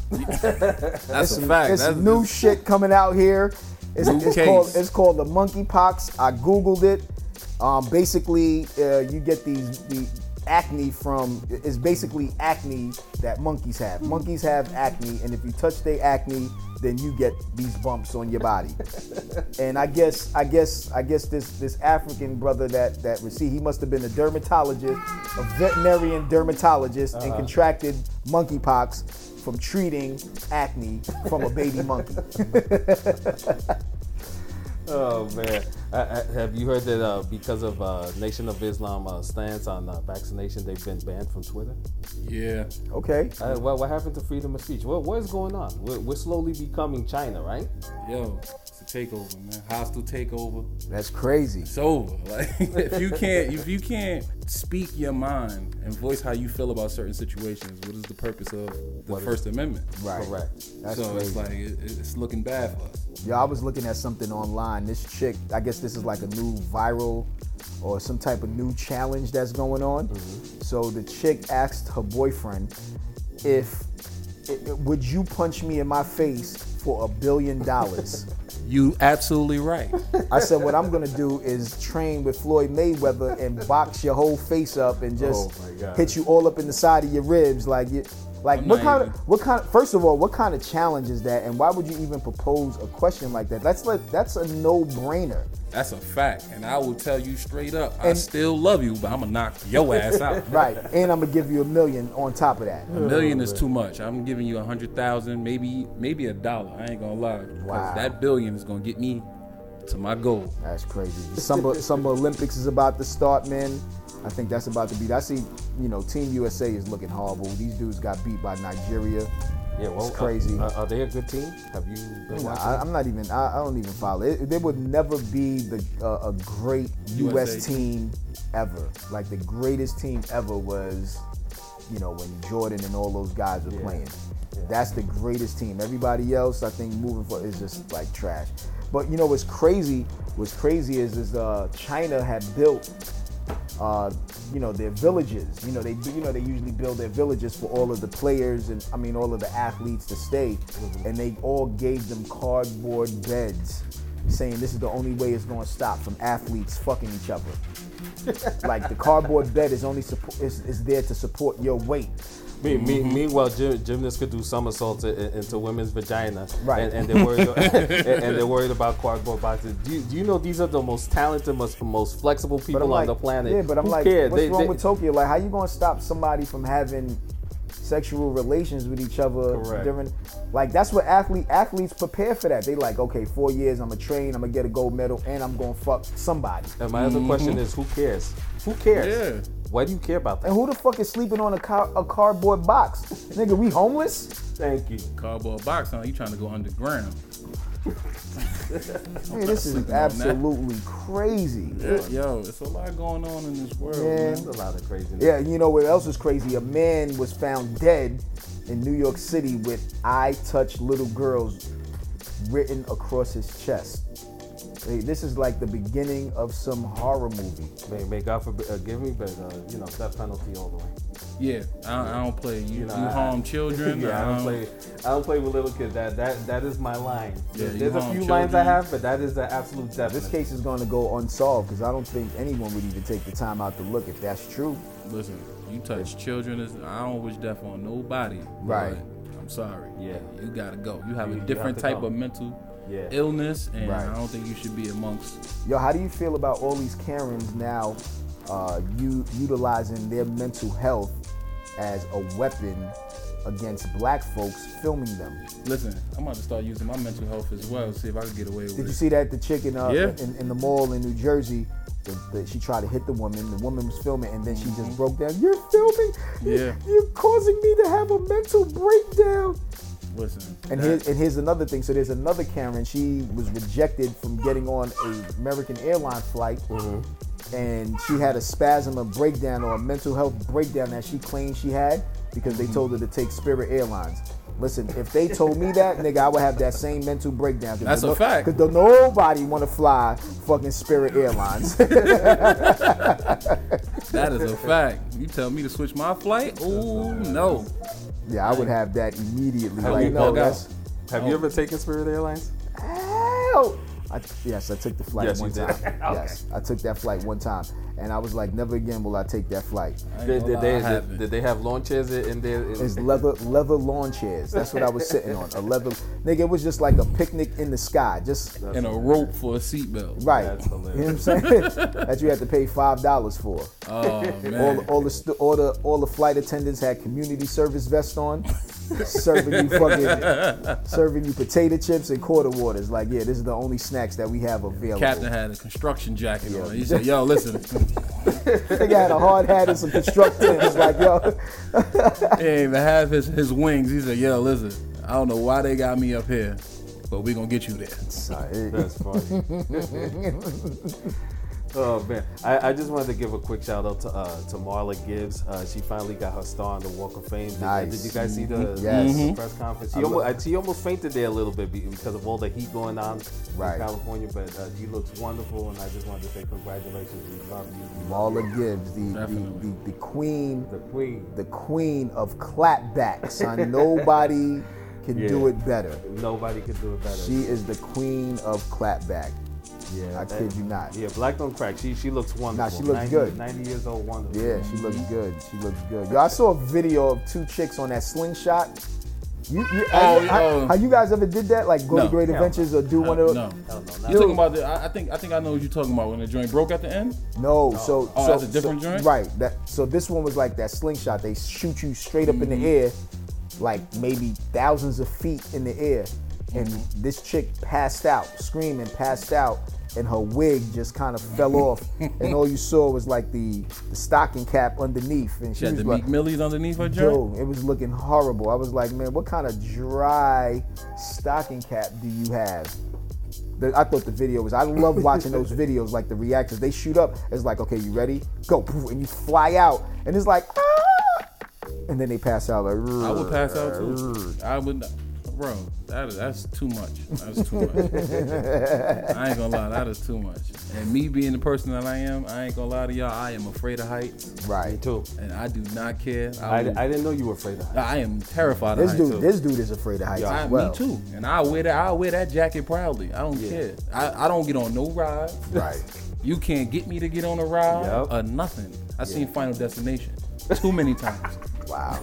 Speaker 4: that's a fact.
Speaker 1: It's
Speaker 4: that's
Speaker 1: new
Speaker 4: that's-
Speaker 1: shit coming out here. It's,
Speaker 4: New
Speaker 1: it's called
Speaker 4: case.
Speaker 1: it's called the monkeypox. I googled it. Um, basically, uh, you get these the acne from. It's basically acne that monkeys have. Monkeys have acne, and if you touch their acne, then you get these bumps on your body. and I guess I guess I guess this this African brother that that received he must have been a dermatologist, a veterinarian dermatologist, and contracted monkeypox from treating acne from a baby monkey.
Speaker 3: Oh man, I, I, have you heard that uh, because of uh, Nation of Islam uh, stance on uh, vaccination, they've been banned from Twitter?
Speaker 4: yeah.
Speaker 1: Okay.
Speaker 3: Uh, what, what happened to freedom of speech? What, what is going on? We're, we're slowly becoming China, right?
Speaker 4: Yo, it's a takeover, man. Hostile takeover.
Speaker 1: That's crazy.
Speaker 4: it's over. Like if you can't if you can't speak your mind and voice how you feel about certain situations, what is the purpose of the First Amendment?
Speaker 1: Right.
Speaker 3: Correct.
Speaker 1: That's
Speaker 4: so
Speaker 1: crazy.
Speaker 4: it's like it, it's looking bad for us.
Speaker 1: Yo, I was looking at something online. This chick, I guess this is like a new viral or some type of new challenge that's going on.
Speaker 4: Mm-hmm.
Speaker 1: So the chick asked her boyfriend if i- i- would you punch me in my face for a billion dollars?
Speaker 4: You absolutely right.
Speaker 1: I said what I'm gonna do is train with Floyd Mayweather and box your whole face up and just
Speaker 3: Oh, my God.
Speaker 1: hit you all up in the side of your ribs like you like
Speaker 4: I'm
Speaker 1: what
Speaker 4: not
Speaker 1: kind
Speaker 4: even-
Speaker 1: of what kind of first of all what kind of challenge is that and why would you even propose a question like that that's like that's a no-brainer
Speaker 4: That's a fact, and I will tell you straight up. I
Speaker 1: And-
Speaker 4: still love you, but I'm gonna knock your ass out.
Speaker 1: right and i'm gonna give you a million on top of that
Speaker 4: A million is too much. I'm giving you a hundred thousand, maybe maybe a dollar. I ain't gonna lie. 'Cause
Speaker 1: Wow.
Speaker 4: That billion is gonna get me to my goal.
Speaker 1: that's crazy summer summer olympics is about to start man i think that's about to be i see you know team usa is looking horrible these dudes got beat by nigeria
Speaker 3: Yeah, well,
Speaker 1: It's crazy.
Speaker 3: uh, uh, are they a good team? Have you been
Speaker 1: Nah,
Speaker 3: watching?
Speaker 1: I, I'm not even. I, I don't even follow. It, there would never be the uh, a great U.S.
Speaker 4: USA.
Speaker 1: team ever. Like the greatest team ever was, you know, when Jordan and all those guys were playing. That's the greatest team. Everybody else, I think, moving forward is just like trash. But you know what's crazy? What's crazy is is uh, China had built uh, you know their villages. You know they you know they usually build their villages for all of the players and I mean all of the athletes to stay, and they all gave them cardboard beds, saying this is the only way it's going to stop from athletes fucking each other. like the cardboard bed is only support is, is there to support your weight.
Speaker 3: Me, me, meanwhile, gym, gymnasts could do somersaults i- i- into women's vagina,
Speaker 1: Right.
Speaker 3: And, and they're worried, and, and they're worried about cardboard boxes. Do you, do you know these are the most talented, most most flexible people
Speaker 1: But I'm
Speaker 3: on
Speaker 1: like,
Speaker 3: the planet?
Speaker 1: Yeah, but I'm
Speaker 3: Who
Speaker 1: like,
Speaker 3: cares?
Speaker 1: what's
Speaker 3: They-
Speaker 1: wrong
Speaker 3: they-
Speaker 1: with Tokyo? Like, how you gonna stop somebody from having sexual relations with each other
Speaker 3: Correct.
Speaker 1: during? Like, that's what athlete athletes prepare for. That they like, okay, four years, I'm gonna train, I'm gonna get a gold medal, and I'm gonna fuck somebody.
Speaker 3: And my other question is, who cares? Who cares?
Speaker 4: Yeah.
Speaker 3: Why do you care about
Speaker 1: And
Speaker 3: that?
Speaker 1: who the fuck is sleeping on a, car- a cardboard box? Nigga, we homeless?
Speaker 3: Thank you.
Speaker 4: Cardboard box, huh? You trying to go underground?
Speaker 1: Man, this is
Speaker 4: sleeping on that.
Speaker 1: absolutely crazy.
Speaker 4: Yo, it's a lot going on in this world,
Speaker 1: Yeah.
Speaker 4: man.
Speaker 3: That's a lot of craziness.
Speaker 1: Yeah, you know what else was crazy? A man was found dead in New York City with I touch little girls written across his chest. Hey, this is like the beginning of some horror movie.
Speaker 3: May, may God forbid, uh, give me, but uh, you know, death penalty all the way.
Speaker 4: Yeah, I, I don't play. You, you,
Speaker 3: know, I-
Speaker 4: harm children.
Speaker 3: yeah, I don't
Speaker 4: um,
Speaker 3: play. I don't play with little kids. That that that is my line.
Speaker 4: Yeah, you
Speaker 3: There's a
Speaker 4: harm
Speaker 3: few lines I
Speaker 4: children.
Speaker 3: have, but that is the absolute
Speaker 1: This
Speaker 3: death.
Speaker 1: case is going to go unsolved because I don't think anyone would even take the time out to look if that's true.
Speaker 4: Listen, you touch children. Is, I don't wish death on nobody.
Speaker 1: Right.
Speaker 4: but I'm sorry.
Speaker 3: Yeah.
Speaker 4: You gotta go. You have
Speaker 3: You- you
Speaker 4: a different
Speaker 3: have to
Speaker 4: type
Speaker 3: go.
Speaker 4: of mental
Speaker 3: Yeah.
Speaker 4: illness, and
Speaker 1: Right.
Speaker 4: I don't think you should be amongst.
Speaker 1: Yo, how do you feel about all these Karens now uh, u- utilizing their mental health as a weapon against black folks filming them?
Speaker 4: Listen, I'm about to start using my mental health as well. See if I can get away with
Speaker 1: Did
Speaker 4: it.
Speaker 1: you see that the chick in, uh,
Speaker 4: Yeah.
Speaker 1: in, in the mall in New Jersey? The, the, she tried to hit the woman. The woman was filming, and then she just broke down. You're filming.
Speaker 4: Yeah.
Speaker 1: You're causing me to have a mental breakdown.
Speaker 4: Listen.
Speaker 1: And
Speaker 4: that-
Speaker 1: here's, and here's another thing. So there's another Karen. She was rejected from getting on a American airline flight,
Speaker 4: Mm-hmm.
Speaker 1: and she had a spasm, a breakdown, or a mental health breakdown that she claimed she had because
Speaker 4: Mm-hmm.
Speaker 1: they told her to take Spirit Airlines. Listen, if they told me that, nigga, I would have that same mental breakdown.
Speaker 4: That's a fact.
Speaker 1: Because nobody want to fly fucking Spirit Airlines.
Speaker 4: That is a fact. You tell me to switch my flight? Oh no.
Speaker 1: yeah, I would have that immediately.
Speaker 3: Have
Speaker 1: Like,
Speaker 3: you
Speaker 1: no,
Speaker 3: bug out?
Speaker 1: that's
Speaker 3: Have
Speaker 4: Oh.
Speaker 3: you ever taken Spirit Airlines?
Speaker 1: Hell! I, yes, I took the flight
Speaker 3: Yes,
Speaker 1: one
Speaker 3: you did.
Speaker 1: time. Yes, I took that flight one time, and I was like, never again will I take that flight.
Speaker 4: I ain't
Speaker 3: Did,
Speaker 4: gonna
Speaker 3: did
Speaker 4: lie,
Speaker 3: they
Speaker 4: I
Speaker 3: did,
Speaker 4: haven't.
Speaker 3: did they have lawn chairs in there? in-
Speaker 1: It's leather leather lawn chairs. That's what I was sitting on. A leather nigga. It was just like a picnic in the sky. Just
Speaker 4: and a rope for a seatbelt.
Speaker 1: right.
Speaker 3: That's
Speaker 1: you know what I'm
Speaker 3: hilarious.
Speaker 1: saying? that you had to pay five dollars for.
Speaker 4: Oh
Speaker 1: All
Speaker 4: man.
Speaker 1: the, all the stu- all the all the flight attendants had community service vests on, serving you fucking serving you potato chips and quarter waters. Like yeah, this is the only snacks that we have available.
Speaker 4: Captain had a construction jacket on. He said, "Yo, listen,
Speaker 1: Nigga had a hard hat and some constructors. It's like yo,
Speaker 4: he didn't even have his, his wings." He said, "Yo, listen, I don't know why they got me up here, but we gonna get you there."
Speaker 1: Nah, it-
Speaker 3: That's funny. oh man, I, I just wanted to give a quick shout out to uh, to Marla Gibbs. Uh, she finally got her star on the Walk of Fame. Did,
Speaker 1: Nice. Mm-hmm.
Speaker 3: did you guys see the,
Speaker 1: Yes.
Speaker 3: the press conference? She almost, she almost fainted there a little bit be- because of all the heat going on
Speaker 1: Right.
Speaker 3: in California. But uh, she looks wonderful, and I just wanted to say congratulations. We love you. We love
Speaker 1: Marla Gibbs, the the,
Speaker 4: Definitely.
Speaker 1: the the queen,
Speaker 3: you. the queen.
Speaker 1: the queen of clapbacks. Son, nobody can do
Speaker 3: Yeah.
Speaker 1: it better.
Speaker 3: Nobody could do it better.
Speaker 1: She is the queen of clapback.
Speaker 3: yeah,
Speaker 1: I kid you not.
Speaker 3: Yeah, black don't crack. She she looks wonderful.
Speaker 1: she looks
Speaker 3: 90
Speaker 1: good.
Speaker 3: Ninety years old, wonderful.
Speaker 1: Yeah, she looks good. She looks good. Yo, I saw a video of two chicks on that slingshot. You, you,
Speaker 4: Oh,
Speaker 1: oh, how,
Speaker 4: yo.
Speaker 1: how you guys ever did that? Like go to
Speaker 4: No.
Speaker 1: Great
Speaker 3: Hell
Speaker 1: Adventures or do one of
Speaker 4: No,
Speaker 3: Hell no, not
Speaker 4: you talking about the? I, I think I think I know what you're talking about when the joint broke at the end.
Speaker 1: No, so
Speaker 4: Oh,
Speaker 1: so
Speaker 4: that's a different
Speaker 1: so-
Speaker 4: joint?
Speaker 1: Right. That so this one was like that slingshot. They shoot you straight up
Speaker 4: Mm-hmm.
Speaker 1: in the air, like maybe thousands of feet in the air. And
Speaker 4: Mm-hmm.
Speaker 1: this chick passed out, screaming, passed out, and her wig just kind of fell off. And all you saw was like the, the stocking cap underneath. And she
Speaker 4: She had
Speaker 1: was
Speaker 4: the
Speaker 1: like,
Speaker 4: Meek Millies underneath her
Speaker 1: Yo,
Speaker 4: joint.
Speaker 1: it was looking horrible. I was like, man, what kind of dry stocking cap do you have? The, I thought the video was. I love watching those videos, like the reactions. They shoot up. It's like, okay, you ready? Go, poof, and you fly out, and it's like, ah! and then they pass out. Like,
Speaker 4: I would pass out too. I would, bro. That is, that's too much. That's too much. I ain't gonna lie, that is too much. And me being the person that I am, I ain't gonna lie to y'all. I am afraid of heights,
Speaker 1: right.
Speaker 3: too.
Speaker 4: and I do not care.
Speaker 3: I,
Speaker 4: I, will-
Speaker 3: I didn't know you were afraid of her.
Speaker 4: I am terrified of
Speaker 1: This
Speaker 4: heights.
Speaker 1: dude, this dude is afraid of heights
Speaker 4: I,
Speaker 1: as well.
Speaker 4: Me too. And I wear that. I wear that jacket proudly. I don't care. I, I don't get on no ride.
Speaker 1: Right.
Speaker 4: You can't get me to get on a ride
Speaker 3: Yup.
Speaker 4: or nothing. I seen Final Destination too many times.
Speaker 1: Wow.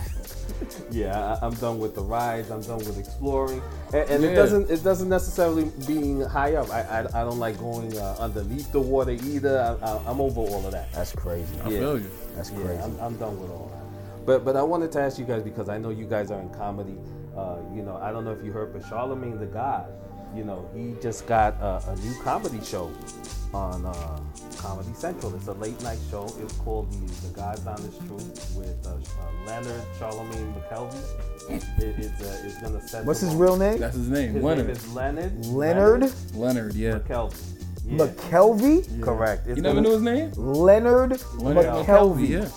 Speaker 3: Yeah, I, I'm done with the rides. I'm done with exploring, and, and it
Speaker 4: Yeah.
Speaker 3: doesn't it doesn't necessarily being high up. I I, I don't like going uh, underneath the water either. I, I, I'm over all of that.
Speaker 1: That's crazy.
Speaker 4: I
Speaker 3: Yeah.
Speaker 4: feel you.
Speaker 1: That's
Speaker 3: Yeah,
Speaker 1: crazy.
Speaker 3: I'm, I'm done with all that. But but I wanted to ask you guys because I know you guys are in comedy. Uh, you know, I don't know if you heard, but Charlemagne the God, you know, he just got a, a new uh, comedy show on uh, Comedy Central. It's a late night show. It's called The, the Guys on the Truth with uh, uh, Leonard Charlemagne McKelvey. It, it's uh, it's gonna set.
Speaker 1: What's
Speaker 3: the
Speaker 1: his
Speaker 3: bar.
Speaker 1: real name?
Speaker 4: That's his name,
Speaker 3: His
Speaker 4: Leonard.
Speaker 3: name is Leonard.
Speaker 1: Leonard
Speaker 4: Leonard, yeah.
Speaker 3: McKelvey. Yeah,
Speaker 1: McKelvey.
Speaker 3: Correct. It's
Speaker 4: You never
Speaker 3: gonna-
Speaker 4: knew his name?
Speaker 1: Leonard
Speaker 4: Leonard
Speaker 1: McKelvey.
Speaker 4: yeah.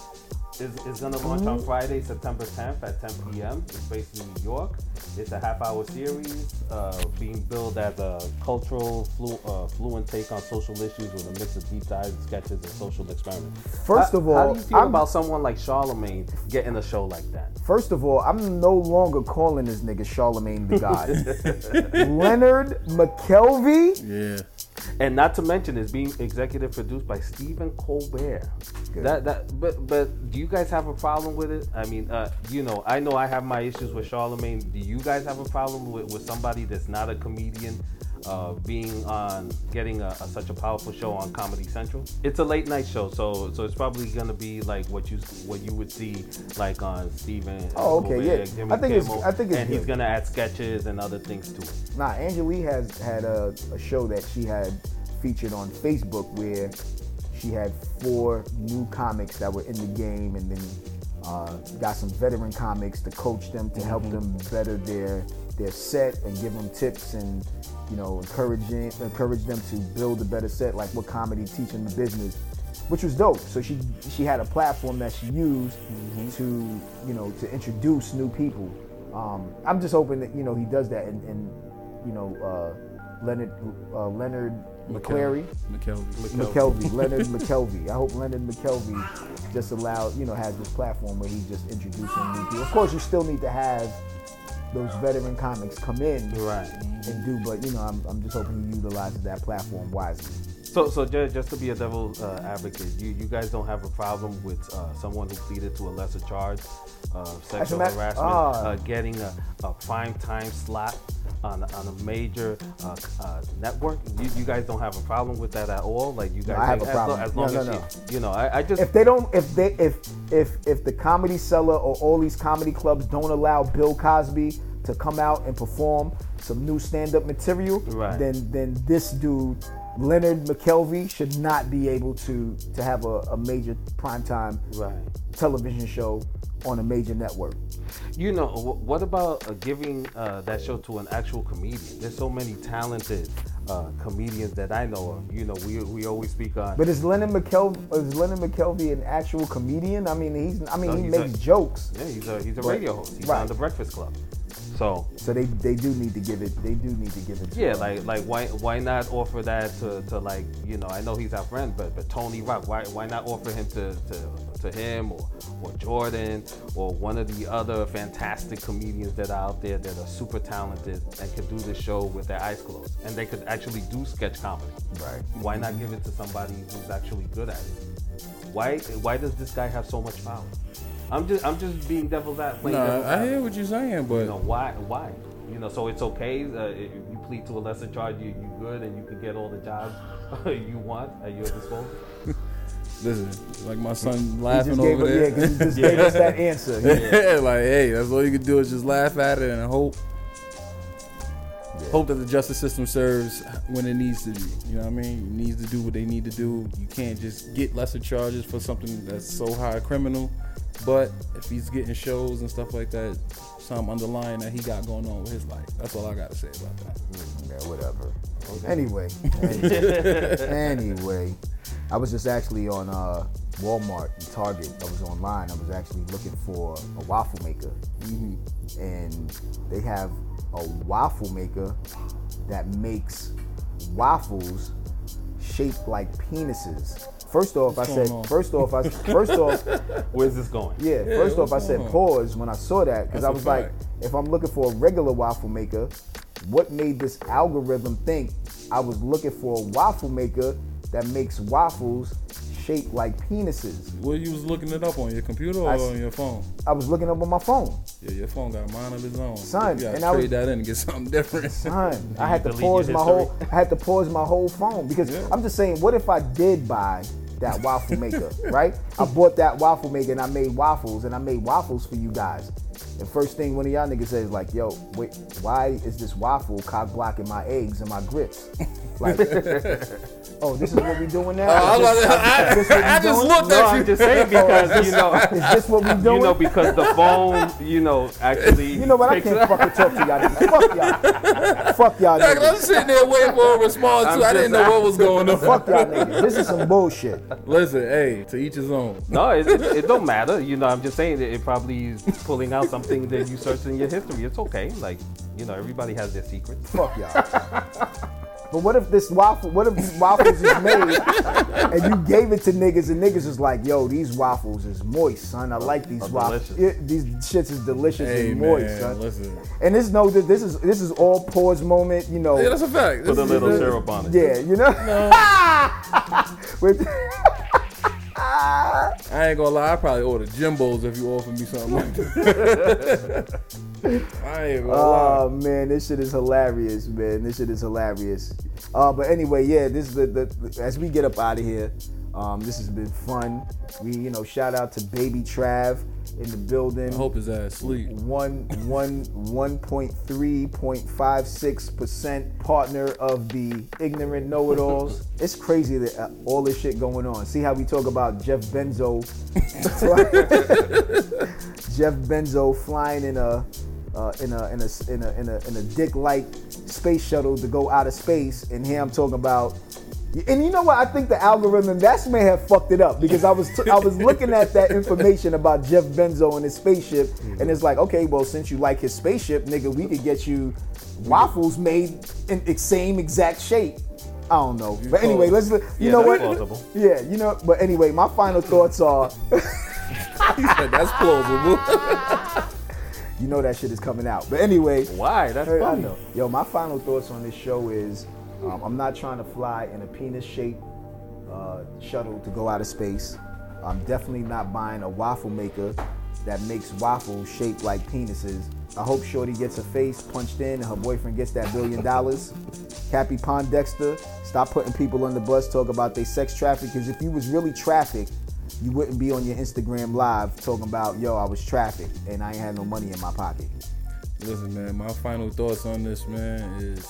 Speaker 3: is, is going to launch on Friday, September 10th at 10 p.m. It's based in New York. It's a half-hour series uh, being billed as a cultural, flu- uh, fluent take on social issues with a mix of deep dives, sketches, and social experiments.
Speaker 1: First
Speaker 3: How-
Speaker 1: of
Speaker 3: how
Speaker 1: all,
Speaker 3: do you feel
Speaker 1: I'm-
Speaker 3: about someone like Charlemagne getting a show like that?
Speaker 1: First of all, I'm no longer calling this nigga Charlemagne the God. Leonard McKelvey.
Speaker 4: Yeah.
Speaker 3: And not to mention, it's being executive produced by Stephen Colbert.
Speaker 1: Good.
Speaker 3: That that, but but do you guys have a problem with it? I mean, uh, you know, I know I have my issues with Charlemagne. Do you guys have a problem with, with somebody that's not a comedian uh, being on getting a, a, such a powerful show on Comedy Central? It's a late night show, so so it's probably gonna be like what you what you would see like on Stephen.
Speaker 1: Oh, okay,
Speaker 3: Colbert,
Speaker 1: yeah.
Speaker 3: Jimmy
Speaker 1: I think it's-
Speaker 3: Kimmel,
Speaker 1: I think it's
Speaker 3: and he's
Speaker 1: good.
Speaker 3: gonna add sketches and other things to it.
Speaker 1: Nah, Angelique has had a, a show that she had featured on Facebook where she had four new comics that were in the game and then uh, got some veteran comics to coach them to help them better their their set and give them tips and you know encouraging encourage them to build a better set like what comedy teaching the business which was dope so she she had a platform that she used to you know to introduce new people um, I'm just hoping that you know he does that and, and you know uh, Leonard uh, Leonard McClary.
Speaker 4: McKelvey.
Speaker 1: McKelvey, Leonard McKelvey. I hope Leonard McKelvey just allowed, you know, has this platform where he's just introducing new people. Of course, you still need to have those veteran comics come in
Speaker 3: Right.
Speaker 1: and do, but you know, I'm, I'm just hoping he utilizes that platform wisely.
Speaker 3: So, so just, just to be a devil uh, advocate, you, you guys don't have a problem with uh, someone who pleaded to a lesser charge of sexual
Speaker 1: matter-
Speaker 3: harassment
Speaker 1: Ah.
Speaker 3: uh, getting a, a prime time slot on, on a major uh, uh, network? You, you guys don't have a problem with that at all? Like you guys,
Speaker 1: I have
Speaker 3: think
Speaker 1: a
Speaker 3: as lo-
Speaker 1: problem.
Speaker 3: As,
Speaker 1: No,
Speaker 3: long
Speaker 1: no,
Speaker 3: as
Speaker 1: no.
Speaker 3: she- you know, I, I just
Speaker 1: If they don't, if they, if if if the comedy cellar or all these comedy clubs don't allow Bill Cosby to come out and perform some new stand-up material,
Speaker 3: Right.
Speaker 1: then then this dude Leonard McKelvey should not be able to to have a, a major primetime
Speaker 3: right.
Speaker 1: television show on a major network.
Speaker 3: You know, wh- what about uh, giving uh, that show to an actual comedian? There's so many talented uh, comedians that I know of. You know, we, we always speak on.
Speaker 1: But is Leonard McKelvey is Leonard McKelvey an actual comedian? I mean, he's I mean
Speaker 3: No,
Speaker 1: he
Speaker 3: he's a-
Speaker 1: makes jokes.
Speaker 3: Yeah, he's a he's a
Speaker 1: Right.
Speaker 3: radio host. He's
Speaker 1: Right.
Speaker 3: on the Breakfast Club. So
Speaker 1: So they, they do need to give it. They do need to give it. to
Speaker 3: yeah,
Speaker 1: him.
Speaker 3: like like why why not offer that to, to like you know I know he's our friend, but but Tony Rock, why why not offer him to to, to him or or Jordan or one of the other fantastic comedians that are out there that are super talented and can do the show with their eyes closed and they could actually do sketch comedy.
Speaker 1: Right.
Speaker 3: Why not give it to somebody who's actually good at it? Why why does this guy have so much power? I'm just I'm just being devil's ad- playing devil's
Speaker 4: Nah,
Speaker 3: advocate.
Speaker 4: I hear what you're saying, but
Speaker 3: You know why? Why? You know, so it's okay. Uh, if you plead to a lesser charge, you you good, and you can get all the jobs you want at your disposal.
Speaker 4: listen, like my son
Speaker 1: He
Speaker 4: laughing
Speaker 1: just gave,
Speaker 4: over
Speaker 1: us- yeah,
Speaker 4: there.
Speaker 1: 'cause he just gave us that answer. He-
Speaker 4: like, hey, that's all you can do is just laugh at it and hope. Hope that the justice system serves when it needs to be. You know what I mean? It needs to do what they need to do. You can't just get lesser charges for something that's so high criminal. But if he's getting shows and stuff like that, some underlying that he got going on with his life. That's all I gotta say about that.
Speaker 1: Yeah, whatever. Anyway, anyway, I was just actually on uh, Walmart and Target. I was online. I was actually looking for a waffle maker,
Speaker 4: Mm-hmm.
Speaker 1: and they have a waffle maker that makes waffles shaped like penises. First off, I
Speaker 4: going
Speaker 1: said.
Speaker 4: on?
Speaker 1: First off, I first off.
Speaker 3: Where's this going?
Speaker 1: Yeah, first off, I
Speaker 4: what's
Speaker 1: said
Speaker 4: going on?
Speaker 1: pause when I saw that because
Speaker 4: That's
Speaker 1: I
Speaker 4: a
Speaker 1: was like,
Speaker 4: fact.
Speaker 1: if I'm looking for a regular waffle maker, what made this algorithm think I was looking for a waffle maker that makes waffles shaped like penises?
Speaker 4: Well, you was looking it up on your computer or
Speaker 1: I s-
Speaker 4: on your phone?
Speaker 1: I was looking up on my phone.
Speaker 4: Yeah, your phone got a mind of its own.
Speaker 1: Son,
Speaker 4: you gotta
Speaker 1: and I
Speaker 4: trade
Speaker 1: was-
Speaker 4: that in and get something different.
Speaker 1: Son, I had to
Speaker 3: delete your
Speaker 1: pause my
Speaker 3: history?
Speaker 1: whole I had to pause my whole phone because
Speaker 4: Yeah.
Speaker 1: I'm just saying, what if I did buy that waffle maker, right? I bought that waffle maker and I made waffles and I made waffles for you guys. The first thing one of y'all niggas says like, "Yo, wait, why is this waffle cock blocking my eggs and my grits?" Like, oh, this is what we doing now.
Speaker 3: Oh,
Speaker 4: I, was about to- I-
Speaker 1: This what we
Speaker 4: I just
Speaker 1: doing?
Speaker 4: looked
Speaker 3: No,
Speaker 4: at you.
Speaker 3: I'm just saying because you know,
Speaker 1: Is this what we doing?
Speaker 3: you know, because the phone, you know, actually.
Speaker 1: You know what? I
Speaker 3: picks
Speaker 1: can't
Speaker 3: up.
Speaker 1: fucking talk to y'all. niggas. Fuck y'all. Fuck y'all.
Speaker 4: Like,
Speaker 1: Niggas.
Speaker 4: I'm sitting there waiting for a response too. I
Speaker 3: I'm
Speaker 4: didn't
Speaker 3: just-
Speaker 4: know what was going on.
Speaker 1: Fuck y'all niggas. This is some bullshit.
Speaker 4: Listen, hey, to each his own.
Speaker 3: No, it, it, it don't matter. You know, I'm just saying that it probably is pulling out something that you searched in your history. It's okay. Like, you know, everybody has their secrets.
Speaker 1: Fuck y'all. But what if this waffle? What if these waffles is made and you gave it to niggas and niggas is like, yo, these waffles is moist, son. I like these
Speaker 3: Are
Speaker 1: waffles.
Speaker 3: delicious.
Speaker 1: Yeah, these shits is delicious
Speaker 4: Hey,
Speaker 1: and
Speaker 4: man,
Speaker 1: moist, son.
Speaker 4: listen.
Speaker 1: And this no, this this is this is all pause moment, you know.
Speaker 4: Yeah, that's a fact.
Speaker 3: Put a
Speaker 4: This is-
Speaker 3: little syrup on it.
Speaker 1: Yeah, you know. With-
Speaker 4: I ain't gonna lie, I probably order Jimbo's if you offer me something like that. I ain't gonna
Speaker 3: Uh,
Speaker 4: lie.
Speaker 1: oh man, this shit is hilarious, man. This shit is hilarious. Uh, but anyway, yeah, this is the, the, the- as we get up out of here. Um, this has been fun. We, you know, shout out to Baby Trav in the building.
Speaker 4: I hope his ass sleep.
Speaker 1: one one one point three point five six percent partner of the ignorant know-it-alls. It's crazy that uh, all this shit going on. See how we talk about Jeff Benzo, Jeff Benzo flying in a. Uh, in a in a in a in a, in a dick like space shuttle to go out of space, and here I'm talking about. And you know what? I think the algorithm that's may have fucked it up because I was t- I was looking at that information about Jeff Benzo and his spaceship, and it's like, okay, well, since you like his spaceship, nigga, we could get you waffles made in the same exact shape. I don't know, but anyway, let's. You
Speaker 3: Yeah,
Speaker 1: know
Speaker 3: that's
Speaker 1: what?
Speaker 3: plausible.
Speaker 1: Yeah, you know. But anyway, my final thoughts are.
Speaker 4: That's plausible.
Speaker 1: You know that shit is coming out. But anyway,
Speaker 3: Why? That's
Speaker 1: Hey, I
Speaker 3: funny.
Speaker 1: know. Yo, my final thoughts on this show is um, I'm not trying to fly in a penis shaped uh, shuttle to go out of space. I'm definitely not buying a waffle maker that makes waffles shaped like penises. I hope Shorty gets her face punched in and her boyfriend gets that billion dollars. Cappy Pondexter, stop putting people on the bus talk about they sex traffic because if you was really trafficked, you wouldn't be on your Instagram live talking about, yo, I was trafficked and I ain't had no money in my pocket.
Speaker 4: Listen, man, my final thoughts on this, man, is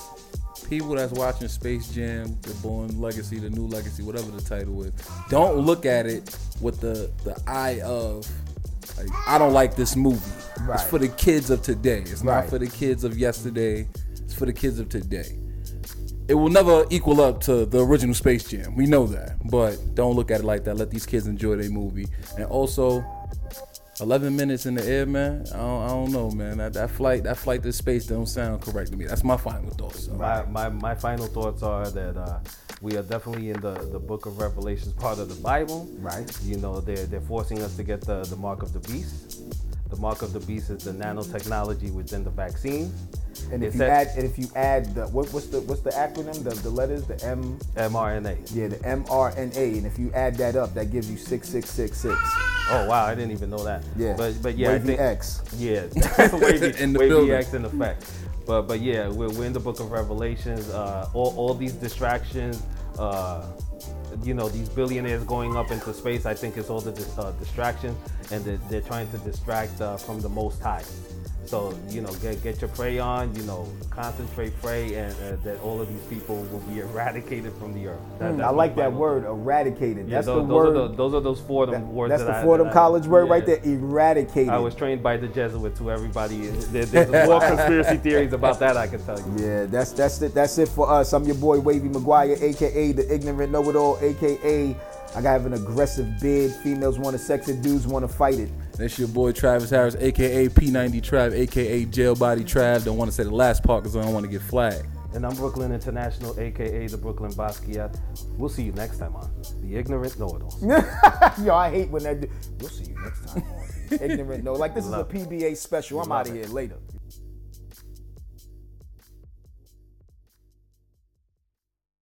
Speaker 4: people that's watching Space Jam, the Born Legacy, the New Legacy, whatever the title is, don't look at it with the the eye of like, I don't like this movie.
Speaker 1: Right.
Speaker 4: It's for the kids of today. It's not
Speaker 1: Right.
Speaker 4: for the kids of yesterday. It's for the kids of today. It will never equal up to the original Space Jam. We know that. But don't look at it like that. Let these kids enjoy their movie. And also, 11 minutes in the air, man. I don't, I don't know, man. That, that flight, that flight to space don't sound correct to me. That's my final thought. So.
Speaker 3: My, my, my final thoughts are that uh, we are definitely in the, the book of Revelations part of the Bible.
Speaker 1: Right.
Speaker 3: You know, they're, they're forcing us to get the, the mark of the beast. The mark of the beast is the nanotechnology within the vaccine.
Speaker 1: And if
Speaker 3: It's
Speaker 1: you add,
Speaker 3: that
Speaker 1: and if you add the what, what's the what's the acronym? The the letters, the M,
Speaker 3: mRNA.
Speaker 1: yeah, the mRNA. And if you add that up, that gives you six six six six.
Speaker 3: Oh wow, I didn't even know that.
Speaker 1: Yeah.
Speaker 3: But but yeah,
Speaker 1: Wavy
Speaker 3: I think
Speaker 1: X.
Speaker 3: Yeah, wavy,
Speaker 4: In the
Speaker 3: wavy
Speaker 4: building.
Speaker 3: X in effect. But but yeah, we're, we're in the book of Revelations. Uh, all all these distractions, uh, you know, these billionaires going up into space. I think it's all the dis- uh, distractions, and they're, they're trying to distract uh, from the Most High. So you know, get get your prey on. You know, concentrate, pray, and uh, that all of these people will be eradicated from the earth. That-
Speaker 1: Hmm, I
Speaker 3: that's
Speaker 1: like
Speaker 3: my
Speaker 1: that
Speaker 3: final
Speaker 1: word,
Speaker 3: thought.
Speaker 1: eradicated.
Speaker 3: Yeah,
Speaker 1: that's the
Speaker 3: tho- those
Speaker 1: word.
Speaker 3: Are the, those are those Fordham
Speaker 1: that-
Speaker 3: words.
Speaker 1: that's
Speaker 3: that
Speaker 1: the
Speaker 3: I-
Speaker 1: Fordham
Speaker 3: that I-
Speaker 1: College word right
Speaker 3: yeah.
Speaker 1: there. Eradicated.
Speaker 3: I was trained by the Jesuits, who everybody is. There, there's more conspiracy theories about that, I can tell you.
Speaker 1: Yeah, that's that's it. That's it for us. I'm your boy Wavy McGuire, aka the ignorant know-it-all, aka I got an aggressive bid. Females want to sex it, dudes want to fight it.
Speaker 4: That's your boy Travis Harris, aka P90 Trav, aka Jailbody Trav. Don't want to say the last part because I don't want to get flagged.
Speaker 3: And I'm Brooklyn International, aka the Brooklyn Basquiat. We'll see you next time on The Ignorant Know It Alls.
Speaker 1: Yo, I hate when that. Do- we'll see you next time. on Ignorant, no. Like this is a PBA special. I'm out of here later.